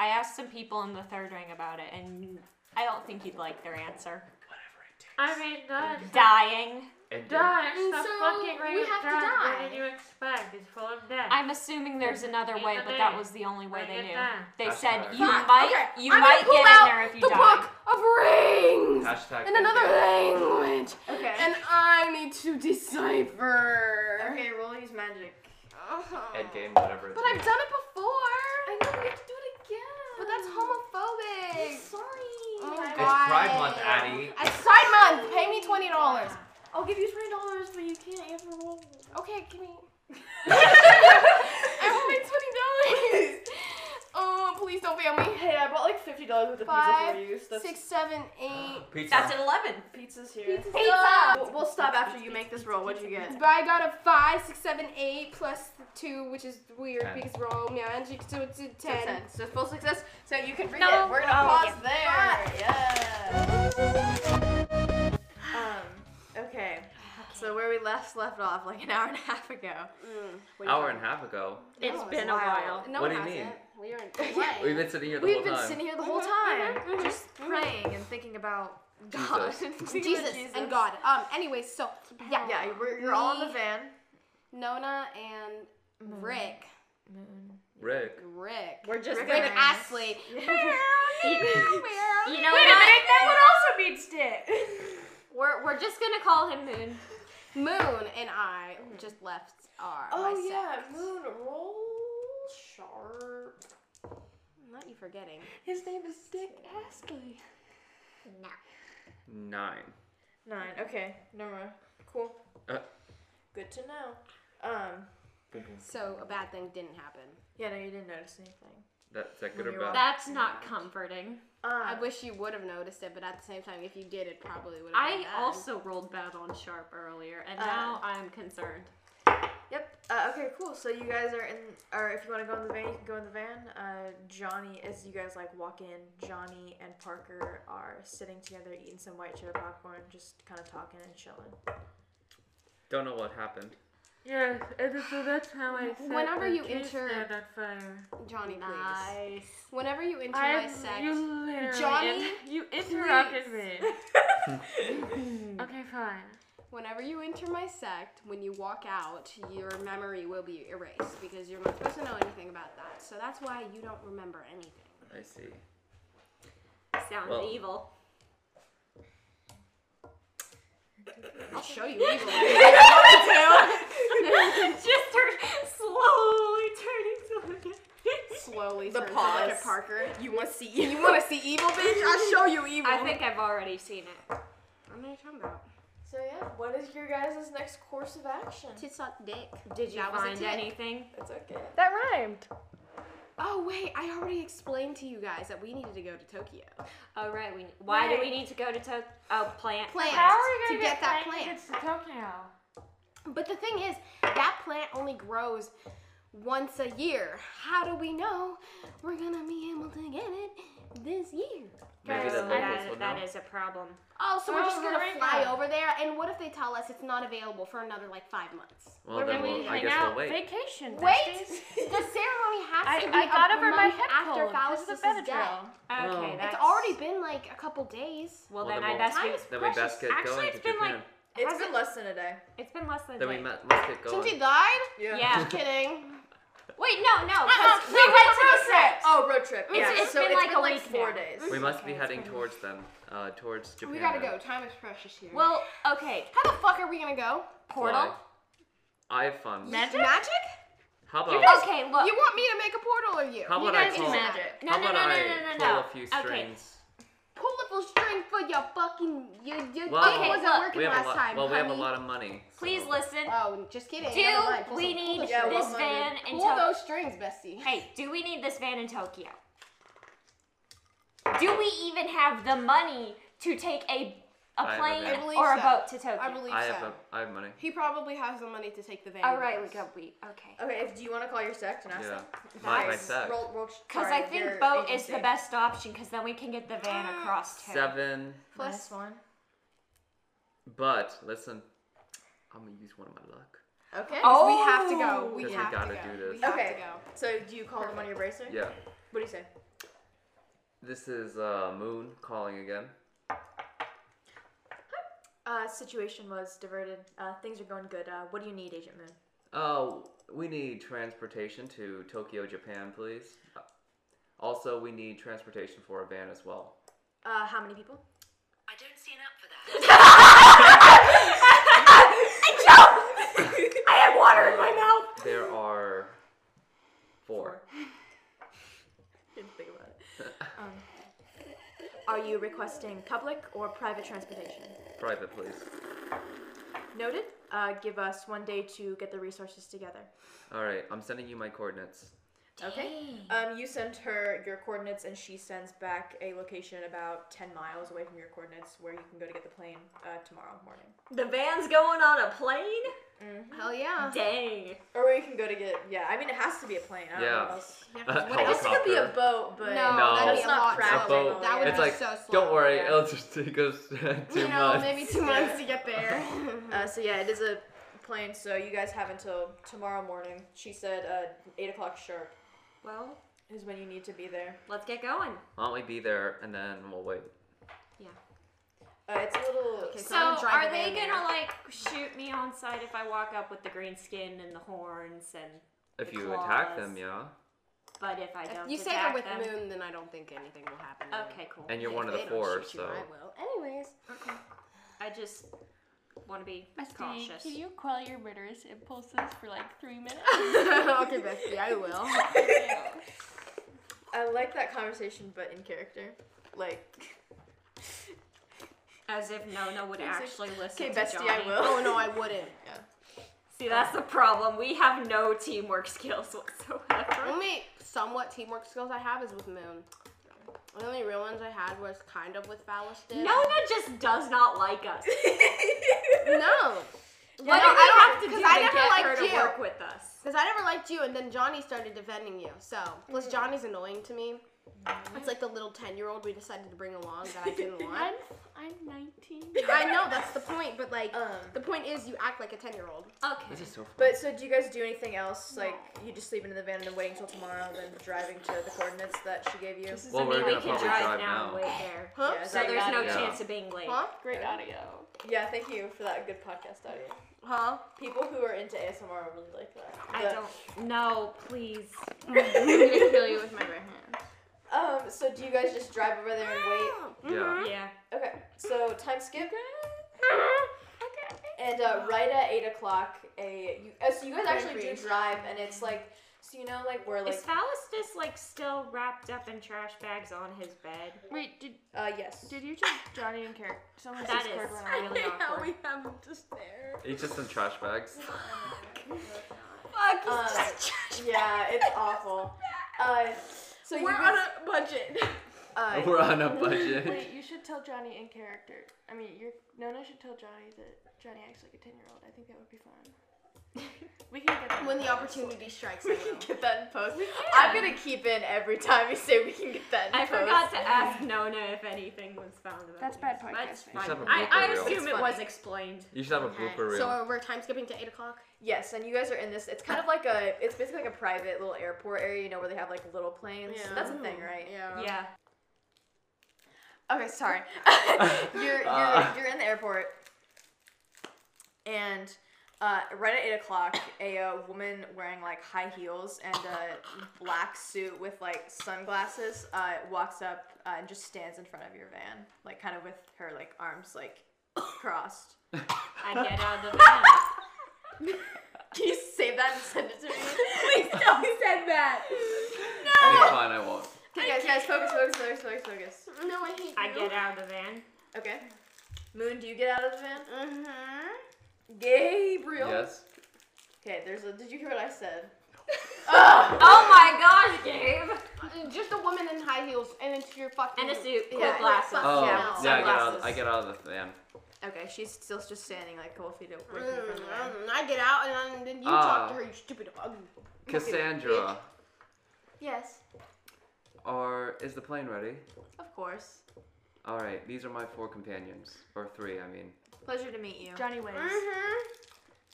[SPEAKER 4] I asked some people in the third ring about it, and I don't think you'd like their answer. (laughs)
[SPEAKER 2] Whatever it takes.
[SPEAKER 6] I mean, that
[SPEAKER 4] Dying.
[SPEAKER 2] And then-
[SPEAKER 6] Dutch,
[SPEAKER 3] And
[SPEAKER 6] the
[SPEAKER 3] so
[SPEAKER 6] fucking
[SPEAKER 3] we
[SPEAKER 6] rate of
[SPEAKER 3] have to
[SPEAKER 6] Dutch,
[SPEAKER 3] die.
[SPEAKER 6] what did you expect? It's full of death.
[SPEAKER 4] I'm assuming there's another way, but that was the only way they knew. They said you
[SPEAKER 3] Fuck,
[SPEAKER 4] might.
[SPEAKER 3] okay,
[SPEAKER 4] You
[SPEAKER 3] I'm gonna
[SPEAKER 4] might
[SPEAKER 3] pull
[SPEAKER 4] get
[SPEAKER 3] out
[SPEAKER 4] in there if you
[SPEAKER 3] the
[SPEAKER 4] die.
[SPEAKER 3] book of rings
[SPEAKER 2] Hashtag.
[SPEAKER 3] in another language,
[SPEAKER 1] Okay.
[SPEAKER 3] and I need to decipher.
[SPEAKER 1] okay, roll use magic.
[SPEAKER 3] Uh-huh.
[SPEAKER 2] End game, whatever it
[SPEAKER 3] But I've
[SPEAKER 2] takes.
[SPEAKER 3] done it before.
[SPEAKER 1] I know we have to do it again.
[SPEAKER 3] But that's homophobic.
[SPEAKER 1] Sorry.
[SPEAKER 3] Oh,
[SPEAKER 1] I-
[SPEAKER 3] God.
[SPEAKER 2] It's Pride Month,
[SPEAKER 3] Why?
[SPEAKER 2] Addie.
[SPEAKER 3] (laughs)
[SPEAKER 5] (laughs)
[SPEAKER 3] I side month. Pay me twenty dollars.
[SPEAKER 1] I'll give you twenty dollars, but you can't ever roll.
[SPEAKER 3] (laughs) Okay, (laughs) give me. I want my twenty dollars. Oh, please Please don't fail me.
[SPEAKER 1] Hey, I bought like fifty dollars worth of pizza
[SPEAKER 3] Five,
[SPEAKER 1] for you. So that's
[SPEAKER 3] Six, seven, eight.
[SPEAKER 2] Pizza.
[SPEAKER 4] That's at 11.
[SPEAKER 1] pizzas here.
[SPEAKER 3] Pizza.
[SPEAKER 1] We'll, we'll stop after you make this roll. What'd you get?
[SPEAKER 3] But I got a five, six, seven, eight plus two, which is weird
[SPEAKER 2] Ten.
[SPEAKER 3] because we're all magic, so it's a
[SPEAKER 1] So
[SPEAKER 3] ten.
[SPEAKER 1] ten. So full success. So you can read
[SPEAKER 4] No.
[SPEAKER 1] it. We're gonna
[SPEAKER 4] Oh,
[SPEAKER 1] pause
[SPEAKER 4] yeah.
[SPEAKER 1] there. Yeah.
[SPEAKER 3] (sighs)
[SPEAKER 1] Um. Okay. So where we last left off, like an hour and a half ago.
[SPEAKER 3] Mm.
[SPEAKER 5] Hour and a half ago.
[SPEAKER 4] It's
[SPEAKER 3] it's
[SPEAKER 4] been a while.
[SPEAKER 3] No
[SPEAKER 5] What
[SPEAKER 3] it
[SPEAKER 5] do you
[SPEAKER 3] hasn't. We were in
[SPEAKER 1] Yeah.
[SPEAKER 5] We've been sitting here the
[SPEAKER 1] We've
[SPEAKER 5] whole
[SPEAKER 1] been
[SPEAKER 5] time.
[SPEAKER 1] sitting here the whole
[SPEAKER 4] Mm-hmm,
[SPEAKER 1] time,
[SPEAKER 3] Mhm, mhm, mhm,
[SPEAKER 1] just praying and thinking about God,
[SPEAKER 4] (laughs)
[SPEAKER 5] Jesus.
[SPEAKER 1] and thinking about
[SPEAKER 3] Jesus, and God. Um. Anyway, so yeah,
[SPEAKER 1] Yeah, we're, you're all in the
[SPEAKER 3] Me-
[SPEAKER 1] van.
[SPEAKER 3] Nona and Rick,
[SPEAKER 5] Rick.
[SPEAKER 3] Rick,
[SPEAKER 1] We're just
[SPEAKER 3] Rick
[SPEAKER 1] gonna-
[SPEAKER 3] Astley.
[SPEAKER 1] (laughs)
[SPEAKER 4] You know
[SPEAKER 1] Wait a
[SPEAKER 4] what?
[SPEAKER 1] minute, that one also means dick.
[SPEAKER 4] We're, we're just gonna call him Moon.
[SPEAKER 3] Moon and I just left our. my
[SPEAKER 1] Oh
[SPEAKER 3] set.
[SPEAKER 1] yeah, moon roll sharp.
[SPEAKER 3] Not you forgetting.
[SPEAKER 1] His name is Dick Astley.
[SPEAKER 5] Nine.
[SPEAKER 1] Nine. Okay, never mind. Cool.
[SPEAKER 5] Uh.
[SPEAKER 1] Good to know. Um.
[SPEAKER 3] So a bad thing didn't happen.
[SPEAKER 1] Yeah, no, you didn't notice anything.
[SPEAKER 5] That's that good
[SPEAKER 1] You're
[SPEAKER 5] or bad?
[SPEAKER 4] That's not comforting.
[SPEAKER 1] Um,
[SPEAKER 3] I wish you would have noticed it, but at the same time, if you did, it probably would have.
[SPEAKER 4] I also rolled bad on Sharp earlier, and
[SPEAKER 1] Uh.
[SPEAKER 4] now I'm concerned.
[SPEAKER 1] Yep. Uh, okay. Cool. So you guys are in, or if you want to go in the van, you can go in the van. Uh, Johnny, as you guys like walk in, Johnny and Parker are sitting together eating some white cheddar popcorn, just kind of talking and chilling.
[SPEAKER 5] Don't know what happened.
[SPEAKER 6] Yes, and so that's how I set
[SPEAKER 3] Whenever
[SPEAKER 6] the
[SPEAKER 3] you
[SPEAKER 6] kids
[SPEAKER 3] enter-
[SPEAKER 6] stand on fire.
[SPEAKER 3] Johnny, please.
[SPEAKER 4] Nice.
[SPEAKER 3] Whenever you enter my
[SPEAKER 6] I
[SPEAKER 3] sect,
[SPEAKER 6] you literally
[SPEAKER 3] Johnny,
[SPEAKER 6] in- you interrupted
[SPEAKER 3] (laughs)
[SPEAKER 6] me. okay, fine.
[SPEAKER 3] whenever you enter my sect, when you walk out, your memory will be erased because you're not supposed to know anything about that. So that's why you don't remember anything.
[SPEAKER 5] I see.
[SPEAKER 4] Sounds
[SPEAKER 5] Well.
[SPEAKER 4] evil.
[SPEAKER 5] (laughs)
[SPEAKER 4] (laughs)
[SPEAKER 3] I'll
[SPEAKER 1] (laughs)
[SPEAKER 3] show you evil.
[SPEAKER 4] Just her slowly turning to
[SPEAKER 3] Slowly,
[SPEAKER 1] The
[SPEAKER 3] turns to look at
[SPEAKER 1] pause.
[SPEAKER 3] Parker.
[SPEAKER 1] You want to see? You
[SPEAKER 3] You want to see evil, bitch? I'll show you evil.
[SPEAKER 4] I think I've already seen it.
[SPEAKER 3] I know what you're talking about.
[SPEAKER 1] So yeah, what is your guys' next course of action?
[SPEAKER 3] Tits on dick.
[SPEAKER 4] Did you
[SPEAKER 3] That was a
[SPEAKER 4] find
[SPEAKER 3] tick.
[SPEAKER 4] anything?
[SPEAKER 1] It's okay.
[SPEAKER 6] That rhymed.
[SPEAKER 3] Oh wait, I already explained to you guys that we needed to go to Tokyo.
[SPEAKER 4] Oh right. We, why do we
[SPEAKER 6] Right.
[SPEAKER 4] need to go to to oh plant?
[SPEAKER 3] Plant
[SPEAKER 6] How are you
[SPEAKER 3] to
[SPEAKER 6] gonna
[SPEAKER 3] get, that
[SPEAKER 6] plane
[SPEAKER 3] plant.
[SPEAKER 6] tickets to Tokyo?
[SPEAKER 3] But the thing is, that plant only grows once a year. How do we know we're gonna be able to get it this year?
[SPEAKER 5] Maybe the
[SPEAKER 4] Oh,
[SPEAKER 5] locals will
[SPEAKER 4] that,
[SPEAKER 5] know.
[SPEAKER 4] that is a problem.
[SPEAKER 3] Oh, so we're
[SPEAKER 6] Well,
[SPEAKER 3] just gonna
[SPEAKER 6] right
[SPEAKER 3] fly
[SPEAKER 6] now.
[SPEAKER 3] over there, and what if they tell us it's not available for another like five months?
[SPEAKER 5] Well, then we'll, I
[SPEAKER 6] hang
[SPEAKER 5] guess
[SPEAKER 6] out
[SPEAKER 5] we'll wait.
[SPEAKER 6] vacation.
[SPEAKER 3] Wait,
[SPEAKER 6] besties.
[SPEAKER 3] the ceremony has
[SPEAKER 6] I,
[SPEAKER 3] to be
[SPEAKER 6] I got
[SPEAKER 3] a
[SPEAKER 6] over my
[SPEAKER 3] month
[SPEAKER 6] head
[SPEAKER 3] after
[SPEAKER 6] cold 'cause of
[SPEAKER 3] Faustus'
[SPEAKER 6] the
[SPEAKER 3] death.
[SPEAKER 6] Benadryl.
[SPEAKER 4] Okay,
[SPEAKER 5] Well. It's
[SPEAKER 4] that's
[SPEAKER 3] It's already been like a couple days.
[SPEAKER 4] Well,
[SPEAKER 5] Well,
[SPEAKER 4] then,
[SPEAKER 5] then
[SPEAKER 4] I
[SPEAKER 5] we'll-
[SPEAKER 4] best
[SPEAKER 3] Time
[SPEAKER 4] be.
[SPEAKER 3] is
[SPEAKER 5] Then we
[SPEAKER 3] precious.
[SPEAKER 5] best get
[SPEAKER 4] Actually,
[SPEAKER 5] going
[SPEAKER 4] it's
[SPEAKER 5] to
[SPEAKER 4] been
[SPEAKER 5] Japan.
[SPEAKER 4] like
[SPEAKER 1] It's
[SPEAKER 4] Has
[SPEAKER 1] been
[SPEAKER 4] it-
[SPEAKER 1] less than a day.
[SPEAKER 4] It's been less than.
[SPEAKER 5] Then
[SPEAKER 4] a
[SPEAKER 5] we
[SPEAKER 4] day.
[SPEAKER 5] mu- must get
[SPEAKER 3] Since
[SPEAKER 5] going.
[SPEAKER 3] he died?
[SPEAKER 5] (laughs)
[SPEAKER 4] Yeah.
[SPEAKER 3] Kidding.
[SPEAKER 4] Wait, no, no, because
[SPEAKER 3] Uh-uh,
[SPEAKER 4] we went to the set.
[SPEAKER 1] Oh, road trip.
[SPEAKER 4] It's-
[SPEAKER 1] yeah.
[SPEAKER 4] it's
[SPEAKER 1] so
[SPEAKER 4] been
[SPEAKER 1] it's
[SPEAKER 4] like
[SPEAKER 1] been
[SPEAKER 4] a
[SPEAKER 1] like
[SPEAKER 4] week
[SPEAKER 1] four
[SPEAKER 4] now.
[SPEAKER 1] days.
[SPEAKER 5] We must be
[SPEAKER 4] Okay,
[SPEAKER 5] heading
[SPEAKER 4] it's fine.
[SPEAKER 5] towards them, uh, towards
[SPEAKER 4] Oh,
[SPEAKER 5] Japan.
[SPEAKER 3] We gotta
[SPEAKER 5] then.
[SPEAKER 3] go. Time is precious here.
[SPEAKER 4] Well, okay,
[SPEAKER 3] how the fuck are we gonna go?
[SPEAKER 4] portal.
[SPEAKER 5] Why? I have fun.
[SPEAKER 6] Magic?
[SPEAKER 3] Magic?
[SPEAKER 5] How about
[SPEAKER 4] Okay, look.
[SPEAKER 3] You want me to make a portal or you?
[SPEAKER 5] how
[SPEAKER 4] you
[SPEAKER 5] about I
[SPEAKER 4] guys
[SPEAKER 5] pull,
[SPEAKER 4] do
[SPEAKER 1] magic.
[SPEAKER 4] No,
[SPEAKER 5] how
[SPEAKER 4] no,
[SPEAKER 5] about
[SPEAKER 4] no, no,
[SPEAKER 5] I
[SPEAKER 4] no, no,
[SPEAKER 5] pull
[SPEAKER 4] no.
[SPEAKER 5] a few
[SPEAKER 4] Okay.
[SPEAKER 5] strings?
[SPEAKER 3] Pull up a string for your fucking your your
[SPEAKER 5] Well,
[SPEAKER 3] thing
[SPEAKER 5] Okay,
[SPEAKER 3] wasn't
[SPEAKER 4] look.
[SPEAKER 3] working
[SPEAKER 5] We have
[SPEAKER 3] last
[SPEAKER 5] a lot.
[SPEAKER 3] time.
[SPEAKER 5] well, we have a
[SPEAKER 3] honey.
[SPEAKER 5] lot of money.
[SPEAKER 4] Please
[SPEAKER 5] so-
[SPEAKER 4] listen.
[SPEAKER 3] Oh, just kidding. Never mind.
[SPEAKER 4] Do
[SPEAKER 3] Pull
[SPEAKER 4] we
[SPEAKER 3] some-
[SPEAKER 4] need
[SPEAKER 3] pull the
[SPEAKER 1] Yeah,
[SPEAKER 3] strings.
[SPEAKER 4] this
[SPEAKER 1] well,
[SPEAKER 4] van in
[SPEAKER 3] Pull
[SPEAKER 4] Tokyo?
[SPEAKER 3] those strings, bestie.
[SPEAKER 4] Hey, do we need this van in Tokyo? Do we even have the money to take a
[SPEAKER 5] I
[SPEAKER 4] a
[SPEAKER 5] have a
[SPEAKER 4] plane
[SPEAKER 5] van.
[SPEAKER 3] I believe
[SPEAKER 4] or a
[SPEAKER 3] so.
[SPEAKER 4] boat to Tokyo?
[SPEAKER 3] I believe
[SPEAKER 5] I
[SPEAKER 3] so.
[SPEAKER 5] have a I have money.
[SPEAKER 3] He probably has the money to take the van.
[SPEAKER 4] All right, we
[SPEAKER 3] with us.
[SPEAKER 4] got we okay.
[SPEAKER 1] Okay. If, do you want to call your sect and ask
[SPEAKER 5] Yeah.
[SPEAKER 1] them?
[SPEAKER 5] My, my
[SPEAKER 4] Nice.
[SPEAKER 5] sack.
[SPEAKER 1] Roll, roll,
[SPEAKER 4] Because
[SPEAKER 1] sorry,
[SPEAKER 4] I think
[SPEAKER 1] your
[SPEAKER 4] boat is
[SPEAKER 1] agency.
[SPEAKER 4] the best option because then we can get the van
[SPEAKER 3] Ah,
[SPEAKER 4] across town.
[SPEAKER 5] Seven.
[SPEAKER 1] Plus one.
[SPEAKER 5] But listen, I'm gonna use one of my luck.
[SPEAKER 1] Okay.
[SPEAKER 3] So we have to go. We
[SPEAKER 5] Because we
[SPEAKER 3] have
[SPEAKER 5] gotta
[SPEAKER 3] to go.
[SPEAKER 5] do this.
[SPEAKER 3] We have
[SPEAKER 1] Okay.
[SPEAKER 3] to go.
[SPEAKER 1] So do you call them on your bracer?
[SPEAKER 5] Yeah.
[SPEAKER 1] What do you say?
[SPEAKER 5] This is uh, Moon calling again.
[SPEAKER 1] Uh, situation was diverted. Uh, things are going good. Uh, what do you need, Agent Moon?
[SPEAKER 5] Oh, we need transportation to Tokyo, Japan, please. Uh, Also, we need transportation for a van as well.
[SPEAKER 1] Uh, how many people?
[SPEAKER 7] I don't stand up for that.
[SPEAKER 1] (laughs)
[SPEAKER 5] Water in my mouth. There are four.
[SPEAKER 1] Didn't think about it. Um, are you requesting public or private transportation?
[SPEAKER 5] Private, please.
[SPEAKER 1] Noted. Uh, give us one day to get the resources together.
[SPEAKER 5] All right, I'm sending you my coordinates.
[SPEAKER 1] Okay. Um, you send her your coordinates, and she sends back a location about ten miles away from your coordinates, where you can go to get the plane uh, tomorrow morning,
[SPEAKER 8] The van's going on a plane?
[SPEAKER 3] Hell
[SPEAKER 4] (laughs) Ah.
[SPEAKER 3] yeah.
[SPEAKER 8] Dang.
[SPEAKER 1] or where you can go to get. Yeah, I mean it has to be a plane. I don't know
[SPEAKER 5] Yeah.
[SPEAKER 1] what else.
[SPEAKER 3] You have
[SPEAKER 5] Uh,
[SPEAKER 3] to
[SPEAKER 1] I guess it could be a
[SPEAKER 5] Helicopter.
[SPEAKER 1] boat, but
[SPEAKER 3] no,
[SPEAKER 5] No,
[SPEAKER 3] that'd
[SPEAKER 1] that's
[SPEAKER 3] be a
[SPEAKER 1] not
[SPEAKER 3] lot
[SPEAKER 1] practical.
[SPEAKER 3] slow. That would
[SPEAKER 5] It's
[SPEAKER 3] be
[SPEAKER 5] like,
[SPEAKER 3] so slow.
[SPEAKER 5] Don't worry,
[SPEAKER 1] yeah.
[SPEAKER 5] it'll just take us (laughs) two
[SPEAKER 3] (laughs) you know,
[SPEAKER 5] months.
[SPEAKER 3] maybe two months to get
[SPEAKER 5] (laughs)
[SPEAKER 3] there. (laughs)
[SPEAKER 1] Uh, so yeah, it is a plane. So you guys have until tomorrow morning. She said uh, eight o'clock sharp
[SPEAKER 8] Well,
[SPEAKER 1] is when you need to be there.
[SPEAKER 8] let's get going.
[SPEAKER 5] Why don't we be there and then we'll wait?
[SPEAKER 1] Uh, it's a little.
[SPEAKER 3] Okay,
[SPEAKER 4] So
[SPEAKER 3] I'm gonna drive
[SPEAKER 4] are
[SPEAKER 3] away
[SPEAKER 4] they
[SPEAKER 3] in
[SPEAKER 4] gonna like shoot me on sight if I walk up with the green skin and the horns and?
[SPEAKER 5] If
[SPEAKER 4] The
[SPEAKER 5] you attack
[SPEAKER 4] claws.
[SPEAKER 5] them, yeah.
[SPEAKER 4] But if I
[SPEAKER 3] If
[SPEAKER 4] don't,
[SPEAKER 3] you say they're
[SPEAKER 4] attack
[SPEAKER 3] with
[SPEAKER 4] them,
[SPEAKER 3] Moon, then I don't think anything will happen. to them.
[SPEAKER 4] Okay, cool.
[SPEAKER 5] And you're
[SPEAKER 3] If
[SPEAKER 5] one of the
[SPEAKER 3] they don't
[SPEAKER 5] four,
[SPEAKER 3] shoot you,
[SPEAKER 5] so.
[SPEAKER 3] I (laughs) will. Anyways,
[SPEAKER 4] I just want to be cautious.
[SPEAKER 6] can you quell your murderous impulses for like three minutes?
[SPEAKER 3] okay, (laughs)
[SPEAKER 1] (laughs)
[SPEAKER 3] bestie, I will.
[SPEAKER 1] I like that conversation, but in character,
[SPEAKER 6] (laughs)
[SPEAKER 1] like.
[SPEAKER 4] As if Nona would actually listen
[SPEAKER 1] Okay,
[SPEAKER 4] to
[SPEAKER 1] bestie,
[SPEAKER 4] Johnny.
[SPEAKER 1] I will.
[SPEAKER 3] Oh no, I wouldn't.
[SPEAKER 8] (laughs) See, that's the problem. We have no teamwork skills
[SPEAKER 4] (laughs)
[SPEAKER 3] The
[SPEAKER 8] whatsoever.
[SPEAKER 3] only somewhat teamwork skills I have is with Moon. The only real ones I had was kind of with Phallus. did.
[SPEAKER 8] Nona just does not like us.
[SPEAKER 3] (laughs) no,
[SPEAKER 8] What
[SPEAKER 3] no,
[SPEAKER 8] do we
[SPEAKER 3] I
[SPEAKER 8] have to
[SPEAKER 3] don't-
[SPEAKER 8] do
[SPEAKER 3] 'cause
[SPEAKER 8] to
[SPEAKER 3] I never
[SPEAKER 8] get her
[SPEAKER 3] liked
[SPEAKER 8] to
[SPEAKER 3] you.
[SPEAKER 8] work with us?
[SPEAKER 3] because I never liked you, and then Johnny started defending you. So plus Johnny's annoying to me. It's like the little ten-year-old we decided to bring along that I didn't want.
[SPEAKER 6] I'm 19.
[SPEAKER 3] I know that's the point, but like uh,
[SPEAKER 1] Um.
[SPEAKER 3] the point is you act like a ten-year-old.
[SPEAKER 8] Okay.
[SPEAKER 5] This is so fun.
[SPEAKER 1] But so, do you guys do anything else? Like, you just sleeping in the van and then waiting till tomorrow, then driving to the coordinates that she gave you?
[SPEAKER 6] This is
[SPEAKER 5] Well,
[SPEAKER 6] a
[SPEAKER 5] we're
[SPEAKER 6] new-
[SPEAKER 8] we
[SPEAKER 5] gonna
[SPEAKER 8] can drive,
[SPEAKER 5] probably drive
[SPEAKER 8] now and
[SPEAKER 5] now.
[SPEAKER 8] wait there.
[SPEAKER 3] Huh?
[SPEAKER 1] Yeah,
[SPEAKER 8] So there's no
[SPEAKER 5] Yeah.
[SPEAKER 8] chance of being late.
[SPEAKER 3] Huh?
[SPEAKER 6] great audio.
[SPEAKER 1] Yeah, thank you for that good podcast audio.
[SPEAKER 3] Huh?
[SPEAKER 1] People who are into ASMR will really like that.
[SPEAKER 4] I
[SPEAKER 1] The-
[SPEAKER 4] don't. No, please.
[SPEAKER 3] I'm gonna
[SPEAKER 6] (laughs)
[SPEAKER 3] kill you with my right hand.
[SPEAKER 1] (laughs) Um, so do you guys just drive over there and wait?
[SPEAKER 5] Yeah.
[SPEAKER 3] Mm-hmm.
[SPEAKER 4] Yeah.
[SPEAKER 1] Okay, so time skip. And uh, right at eight o'clock, a you, uh, so you guys actually do drive, and it's like so you know like we're like
[SPEAKER 4] Is Fallistus like still wrapped up in trash bags on his bed?
[SPEAKER 6] Wait, did
[SPEAKER 1] uh yes.
[SPEAKER 6] did you just Johnny and Carrot? Someone
[SPEAKER 4] That is
[SPEAKER 6] says Carrot went (laughs)
[SPEAKER 1] (laughs)
[SPEAKER 6] on.
[SPEAKER 4] really awkward.
[SPEAKER 3] have him just there.
[SPEAKER 5] It's just in trash
[SPEAKER 3] (laughs)
[SPEAKER 5] bags. (laughs)
[SPEAKER 3] Fuck, he's
[SPEAKER 5] Um,
[SPEAKER 1] Uh,
[SPEAKER 3] just
[SPEAKER 1] Yeah, it's awful. Uh, so you
[SPEAKER 3] We're
[SPEAKER 1] guys,
[SPEAKER 3] on a (laughs) budget.
[SPEAKER 1] uh,
[SPEAKER 5] We're on a budget.
[SPEAKER 6] Wait, you should tell Johnny in character. I mean, your Nona should tell Johnny that Johnny acts like a 10 year old. I think that would be fun. we can get that.
[SPEAKER 3] When the opportunity strikes, I
[SPEAKER 1] we can
[SPEAKER 3] will.
[SPEAKER 1] get that in post. I'm gonna keep in every time you say we can get that. In
[SPEAKER 4] I
[SPEAKER 1] post.
[SPEAKER 4] forgot to ask Nona if anything was found about
[SPEAKER 6] That's
[SPEAKER 4] me.
[SPEAKER 6] bad
[SPEAKER 4] That's
[SPEAKER 6] podcasting.
[SPEAKER 5] You should
[SPEAKER 4] fine.
[SPEAKER 5] have a
[SPEAKER 4] I, I
[SPEAKER 5] blooper reel.
[SPEAKER 4] assume
[SPEAKER 1] It's
[SPEAKER 4] it
[SPEAKER 1] funny.
[SPEAKER 4] was explained.
[SPEAKER 5] You should have a blooper (laughs) reel.
[SPEAKER 3] So we're time skipping to eight o'clock.
[SPEAKER 1] Yes, and you guys are in this. It's kind of like a. It's basically like a private little airport area, you know, where they have like little planes. That's a
[SPEAKER 3] Mm,
[SPEAKER 1] thing, right?
[SPEAKER 4] Yeah.
[SPEAKER 1] Okay,
[SPEAKER 3] (laughs)
[SPEAKER 1] sorry. (laughs) you're you're,
[SPEAKER 5] Uh.
[SPEAKER 1] you're in the airport, and uh, right at eight o'clock, a uh, woman wearing like high heels and a black suit with like sunglasses uh, walks up uh, and just stands in front of your van, like kind of with her like arms like crossed.
[SPEAKER 4] (laughs) I get out of the van.
[SPEAKER 1] (laughs) Can you save that and send (laughs) it to me?
[SPEAKER 8] Please don't send that.
[SPEAKER 5] Okay, fine, I
[SPEAKER 3] (laughs)
[SPEAKER 5] won't.
[SPEAKER 1] Okay, guys, guys, focus, focus, focus, focus, focus.
[SPEAKER 3] No, I hate you.
[SPEAKER 4] I get out of the van.
[SPEAKER 1] Okay. Moon, do you get out of the van?
[SPEAKER 3] Mm-hmm.
[SPEAKER 1] Gabriel.
[SPEAKER 5] Yes.
[SPEAKER 1] Okay, there's a. Did you hear what I said?
[SPEAKER 4] Oh my gosh, Gabe!
[SPEAKER 3] Just a woman in high heels and it's your fucking
[SPEAKER 4] And a suit,
[SPEAKER 1] (laughs)
[SPEAKER 4] cool
[SPEAKER 1] Yeah.
[SPEAKER 4] glasses.
[SPEAKER 3] Fuck
[SPEAKER 5] Oh,
[SPEAKER 1] Yeah,
[SPEAKER 5] yeah,
[SPEAKER 1] with
[SPEAKER 5] I get out.
[SPEAKER 1] sunglasses.
[SPEAKER 5] I get out of the van.
[SPEAKER 1] Okay, she's still just standing like a couple feet away from
[SPEAKER 3] Mm,
[SPEAKER 1] the van.
[SPEAKER 3] mm, I get out and then- then you
[SPEAKER 5] Ah.
[SPEAKER 3] talk to her, you stupid bug.
[SPEAKER 5] Cassandra,
[SPEAKER 1] Yes,
[SPEAKER 5] or is the plane ready?
[SPEAKER 1] of course.
[SPEAKER 5] All right, these are my four companions, or three, I
[SPEAKER 1] (laughs)
[SPEAKER 5] mean.
[SPEAKER 1] Pleasure to meet you.
[SPEAKER 6] Johnny waves.
[SPEAKER 3] Mm-hmm.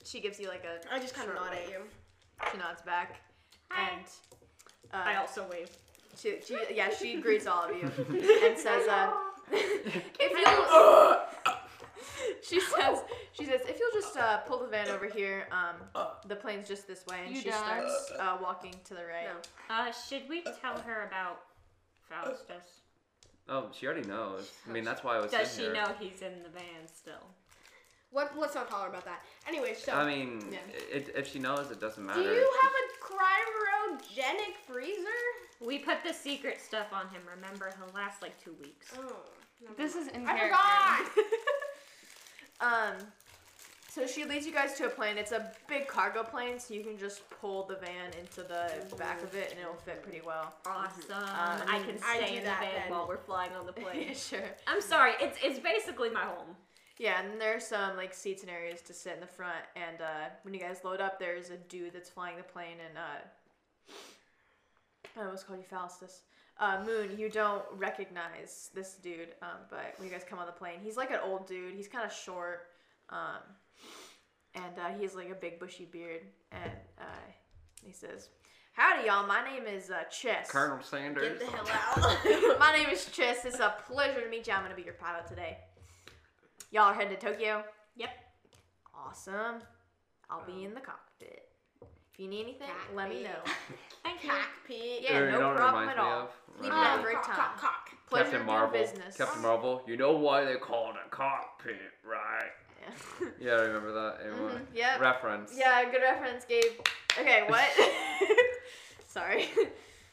[SPEAKER 1] She gives you like a.
[SPEAKER 3] I just kind of
[SPEAKER 1] short
[SPEAKER 3] nod at
[SPEAKER 1] wave.
[SPEAKER 3] you.
[SPEAKER 1] She nods back.
[SPEAKER 4] Hi.
[SPEAKER 1] And.
[SPEAKER 4] I
[SPEAKER 1] Uh,
[SPEAKER 4] also (laughs) wave.
[SPEAKER 1] she, she, yeah, she greets all of you (laughs) and says, uh, "If you'll." (laughs) She says, "She says if you'll just uh, pull the van over here, um, the plane's just this way." And
[SPEAKER 6] You
[SPEAKER 1] she
[SPEAKER 6] done?
[SPEAKER 1] starts uh, walking to the right.
[SPEAKER 3] No.
[SPEAKER 4] Uh, should we tell her about Faustus?
[SPEAKER 5] Oh, she already knows. I mean, that's why I was.
[SPEAKER 4] Does she
[SPEAKER 5] sitting here.
[SPEAKER 4] know he's in the van still?
[SPEAKER 3] What, let's not holler about that. Anyway, so.
[SPEAKER 5] I mean,
[SPEAKER 1] Yeah.
[SPEAKER 5] it, if she knows, it doesn't
[SPEAKER 3] do
[SPEAKER 5] matter.
[SPEAKER 3] you have a cryogenic freezer?
[SPEAKER 4] We put the secret stuff on him. Remember, he'll last like two weeks.
[SPEAKER 3] Oh.
[SPEAKER 6] This is in
[SPEAKER 3] I
[SPEAKER 6] character.
[SPEAKER 1] um,
[SPEAKER 3] forgot!
[SPEAKER 1] So she leads you guys to a plane. It's a big cargo plane, so you can just pull the van into the back of it, and it'll fit pretty well.
[SPEAKER 8] Awesome.
[SPEAKER 1] Um,
[SPEAKER 8] I can
[SPEAKER 3] I
[SPEAKER 8] stay
[SPEAKER 3] do
[SPEAKER 8] in the
[SPEAKER 3] that
[SPEAKER 8] van
[SPEAKER 3] then.
[SPEAKER 8] while we're flying
[SPEAKER 4] (laughs)
[SPEAKER 8] on the
[SPEAKER 1] (laughs)
[SPEAKER 8] plane.
[SPEAKER 1] sure.
[SPEAKER 8] I'm sorry. It's it's basically my home.
[SPEAKER 1] Yeah, and there's some like seats and areas to sit in the front. And uh, when you guys load up, there's a dude that's flying the plane, and uh, I almost called you Faustus. Uh, Moon, you don't recognize this dude, um, but when you guys come on the plane, he's like an old dude. He's kind of short, um, and uh, he has like a big bushy beard. And uh, he says, "Howdy, y'all. My name is uh, Chess."
[SPEAKER 5] Colonel Sanders.
[SPEAKER 3] (laughs)
[SPEAKER 1] Get the hell out. (laughs) My name is Chess. It's a pleasure to meet you. I'm going to be your pilot today. Y'all are headed to Tokyo? Yep. Awesome. I'll be in the cockpit. If you need anything, let me know.
[SPEAKER 8] Thank you.
[SPEAKER 3] Cockpit.
[SPEAKER 1] Yeah,
[SPEAKER 5] You know
[SPEAKER 1] no
[SPEAKER 5] what it
[SPEAKER 1] problem
[SPEAKER 5] reminds
[SPEAKER 1] at
[SPEAKER 5] me
[SPEAKER 1] all.
[SPEAKER 5] of?
[SPEAKER 1] Leave it
[SPEAKER 5] Reminds
[SPEAKER 1] at
[SPEAKER 5] me
[SPEAKER 1] every
[SPEAKER 3] cock,
[SPEAKER 1] time.
[SPEAKER 3] cock, cock.
[SPEAKER 1] Pleasure
[SPEAKER 5] Captain
[SPEAKER 1] doing
[SPEAKER 5] Marvel.
[SPEAKER 1] business.
[SPEAKER 5] Captain Marvel. You know why they call it a cockpit, right?
[SPEAKER 1] Yeah. (laughs)
[SPEAKER 5] Yeah, I remember that. Everyone.
[SPEAKER 1] Mhm, yep.
[SPEAKER 5] Reference.
[SPEAKER 1] yeah, good reference, Gabe. Okay, what? (laughs) Sorry.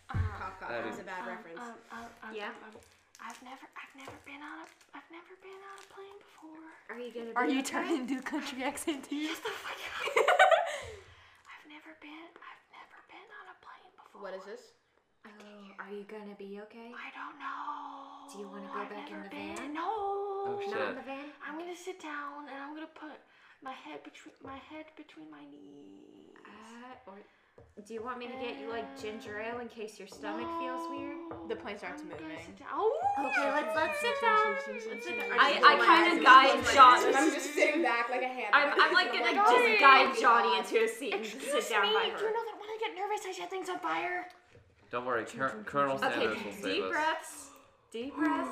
[SPEAKER 3] Cock, cock.
[SPEAKER 5] That
[SPEAKER 3] That
[SPEAKER 5] is-
[SPEAKER 3] was a bad reference.
[SPEAKER 6] Um, um, um,
[SPEAKER 4] Yeah.
[SPEAKER 6] um, um, I've never, I've never been on a, I've never been on a plane before.
[SPEAKER 4] Are you gonna?
[SPEAKER 6] Are you turning into a country accent too? Yes, the fuck yeah.
[SPEAKER 4] (laughs)
[SPEAKER 6] I've never been, I've never been on a plane before.
[SPEAKER 3] What is this?
[SPEAKER 4] Oh, are you gonna be okay?
[SPEAKER 6] I don't know.
[SPEAKER 4] Do you wanna go
[SPEAKER 6] I've
[SPEAKER 4] back in
[SPEAKER 6] never
[SPEAKER 4] the
[SPEAKER 6] been.
[SPEAKER 4] van?
[SPEAKER 6] No.
[SPEAKER 5] Oh shit.
[SPEAKER 4] Not in the van.
[SPEAKER 6] I'm gonna sit down and I'm gonna put my head between my head between my knees.
[SPEAKER 4] Uh, or do you want me to get you like ginger ale in case your stomach feels weird?
[SPEAKER 1] The plane starts
[SPEAKER 6] I'm gonna
[SPEAKER 1] moving.
[SPEAKER 6] sit down. Oh.
[SPEAKER 4] Okay, let's let's sit down.
[SPEAKER 8] I, I kind of guide John.
[SPEAKER 3] I'm just sitting back like a hand.
[SPEAKER 8] I'm, I'm like
[SPEAKER 3] (laughs)
[SPEAKER 8] gonna just guide Johnny into a seat and sit down by
[SPEAKER 6] Do you
[SPEAKER 8] her.
[SPEAKER 6] know that when I get nervous, I set things on fire?
[SPEAKER 5] Don't worry, Cur- Colonel Sanders
[SPEAKER 8] Okay,
[SPEAKER 5] will save
[SPEAKER 8] deep
[SPEAKER 5] us.
[SPEAKER 8] breaths. Deep breaths.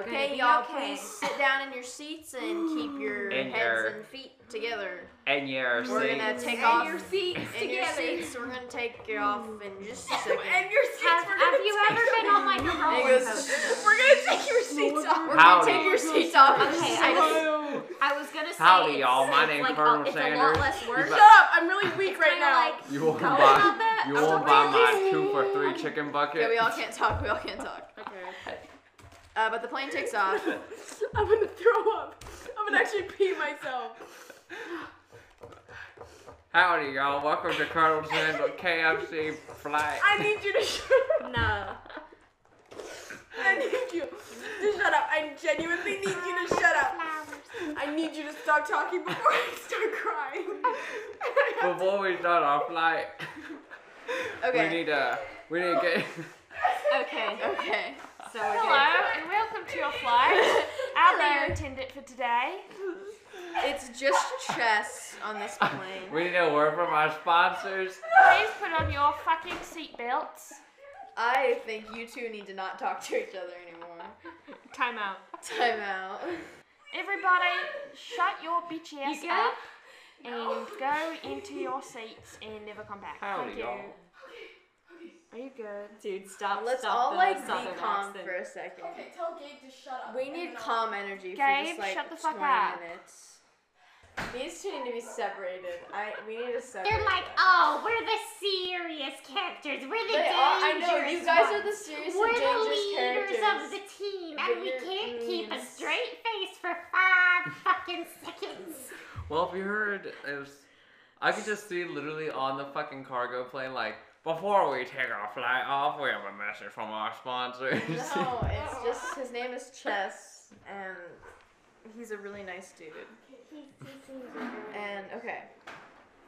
[SPEAKER 1] Okay,
[SPEAKER 8] be
[SPEAKER 1] y'all,
[SPEAKER 8] okay.
[SPEAKER 1] please sit down in your seats and keep your
[SPEAKER 5] In
[SPEAKER 1] heads
[SPEAKER 5] your-
[SPEAKER 1] and feet together.
[SPEAKER 5] And yeah,
[SPEAKER 1] We're
[SPEAKER 5] see,
[SPEAKER 1] gonna take
[SPEAKER 4] And
[SPEAKER 1] off
[SPEAKER 4] your feet
[SPEAKER 1] in your
[SPEAKER 4] together.
[SPEAKER 1] seats. We're gonna take you off in just a second.
[SPEAKER 4] Have, have you ever been on like a
[SPEAKER 6] Oh
[SPEAKER 1] And he
[SPEAKER 4] roller
[SPEAKER 1] goes,
[SPEAKER 4] coaster?
[SPEAKER 1] we're gonna take your seats off. We're gonna
[SPEAKER 5] Howdy.
[SPEAKER 1] take your seats off. in just a
[SPEAKER 8] Okay, I
[SPEAKER 1] second."
[SPEAKER 8] was, I was gonna say.
[SPEAKER 5] Howdy,
[SPEAKER 8] it's-
[SPEAKER 5] y'all. My
[SPEAKER 8] it's
[SPEAKER 5] name's
[SPEAKER 8] like, uh,
[SPEAKER 5] Colonel
[SPEAKER 8] it's a lot
[SPEAKER 5] Sanders.
[SPEAKER 8] less work.
[SPEAKER 5] He's like,
[SPEAKER 3] Shut up! I'm (laughs) really weak right
[SPEAKER 8] Kinda
[SPEAKER 3] now.
[SPEAKER 8] like,
[SPEAKER 5] you won't
[SPEAKER 8] Go about
[SPEAKER 5] buy,
[SPEAKER 8] that.
[SPEAKER 5] you
[SPEAKER 8] I'm
[SPEAKER 5] won't buy my two for three chicken bucket.
[SPEAKER 1] Okay, we all can't talk. We all can't talk.
[SPEAKER 3] Okay.
[SPEAKER 1] Uh, but the plane takes off.
[SPEAKER 3] I'm gonna throw up. I'm gonna actually pee myself.
[SPEAKER 5] Howdy, y'all. Welcome to Colonel Sanders KFC flight.
[SPEAKER 3] I need you to shut up.
[SPEAKER 8] No.
[SPEAKER 3] I need you to shut up. I genuinely need you to shut up. I need you to stop talking before I start crying.
[SPEAKER 5] Before we start our flight, we
[SPEAKER 1] Okay.
[SPEAKER 5] need to, we need to get. (laughs)
[SPEAKER 4] Okay.
[SPEAKER 1] Okay.
[SPEAKER 4] So
[SPEAKER 6] Hello and welcome to your (laughs) flight. I'll be your attendant for today.
[SPEAKER 1] It's just chess on this plane.
[SPEAKER 5] we need a word from our sponsors.
[SPEAKER 6] Please put on your fucking seatbelts.
[SPEAKER 1] I think you two need to not talk to each other anymore.
[SPEAKER 4] time out.
[SPEAKER 1] Time out.
[SPEAKER 6] Everybody, shut your bitch ass
[SPEAKER 4] good?
[SPEAKER 6] up and go into your seats and never come back.
[SPEAKER 5] Howdy,
[SPEAKER 6] Thank you.
[SPEAKER 5] y'all.
[SPEAKER 6] Are you good?
[SPEAKER 4] Dude, stop.
[SPEAKER 1] Let's
[SPEAKER 4] stop
[SPEAKER 1] all
[SPEAKER 4] the
[SPEAKER 1] like be
[SPEAKER 4] southern
[SPEAKER 1] calm
[SPEAKER 4] accent.
[SPEAKER 1] for a second.
[SPEAKER 3] tell Gabe to shut up.
[SPEAKER 1] We need calm energy for
[SPEAKER 6] Gabe,
[SPEAKER 1] just like
[SPEAKER 6] shut the fuck
[SPEAKER 1] 20
[SPEAKER 6] up.
[SPEAKER 1] minutes. These two need to be separated. I we need to separate.
[SPEAKER 4] They're like, oh, we're the serious characters. We're the
[SPEAKER 1] They
[SPEAKER 4] dangerous
[SPEAKER 1] are- I know you guys are the
[SPEAKER 4] ones.
[SPEAKER 1] serious
[SPEAKER 4] We're
[SPEAKER 1] and
[SPEAKER 4] the
[SPEAKER 1] dangerous
[SPEAKER 4] leaders
[SPEAKER 1] characters.
[SPEAKER 4] of the team,
[SPEAKER 1] But
[SPEAKER 4] and we
[SPEAKER 1] you're-
[SPEAKER 4] can't keep
[SPEAKER 1] mm.
[SPEAKER 4] a straight face for five fucking seconds.
[SPEAKER 5] Well, if you heard, it was, I could just see literally on the fucking cargo plane, like, before we take our flight off, we have a message from our sponsors.
[SPEAKER 1] No, it's just his name is Chess, and he's a really nice dude. And okay,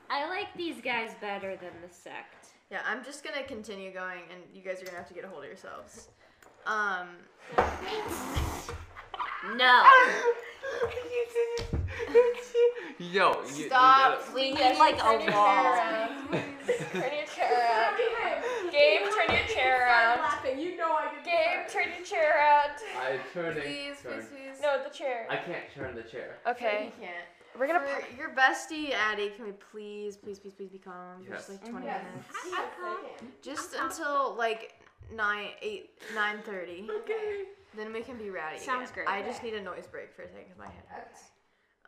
[SPEAKER 4] I like these guys better than the sect.
[SPEAKER 1] yeah, I'm just gonna continue going, and you guys are gonna have to get a hold of yourselves. Um,
[SPEAKER 4] No.
[SPEAKER 5] (laughs) Yo, you,
[SPEAKER 1] stop.
[SPEAKER 5] You
[SPEAKER 4] We need like a wall.
[SPEAKER 9] Turn your chair around. Gabe, turn your chair around.
[SPEAKER 3] laughing. You know I can.
[SPEAKER 9] Gabe, turn your chair around.
[SPEAKER 5] I turn it.
[SPEAKER 1] Please, please,
[SPEAKER 5] turn-
[SPEAKER 1] please.
[SPEAKER 9] No, the chair.
[SPEAKER 5] I can't turn the chair.
[SPEAKER 9] Okay.
[SPEAKER 1] you can't.
[SPEAKER 9] We're gonna.
[SPEAKER 1] For your bestie, Addie, can we please, please, please, please be calm for just
[SPEAKER 5] Yes.
[SPEAKER 9] Mm-hmm.
[SPEAKER 1] like 20
[SPEAKER 3] Yes.
[SPEAKER 1] minutes?
[SPEAKER 3] Okay.
[SPEAKER 1] Just until like nine, eight, nine (laughs) thirty. Then we can be rowdy.
[SPEAKER 4] Sounds
[SPEAKER 1] again.
[SPEAKER 4] great.
[SPEAKER 1] I just need a noise break for a second 'cause my head hurts.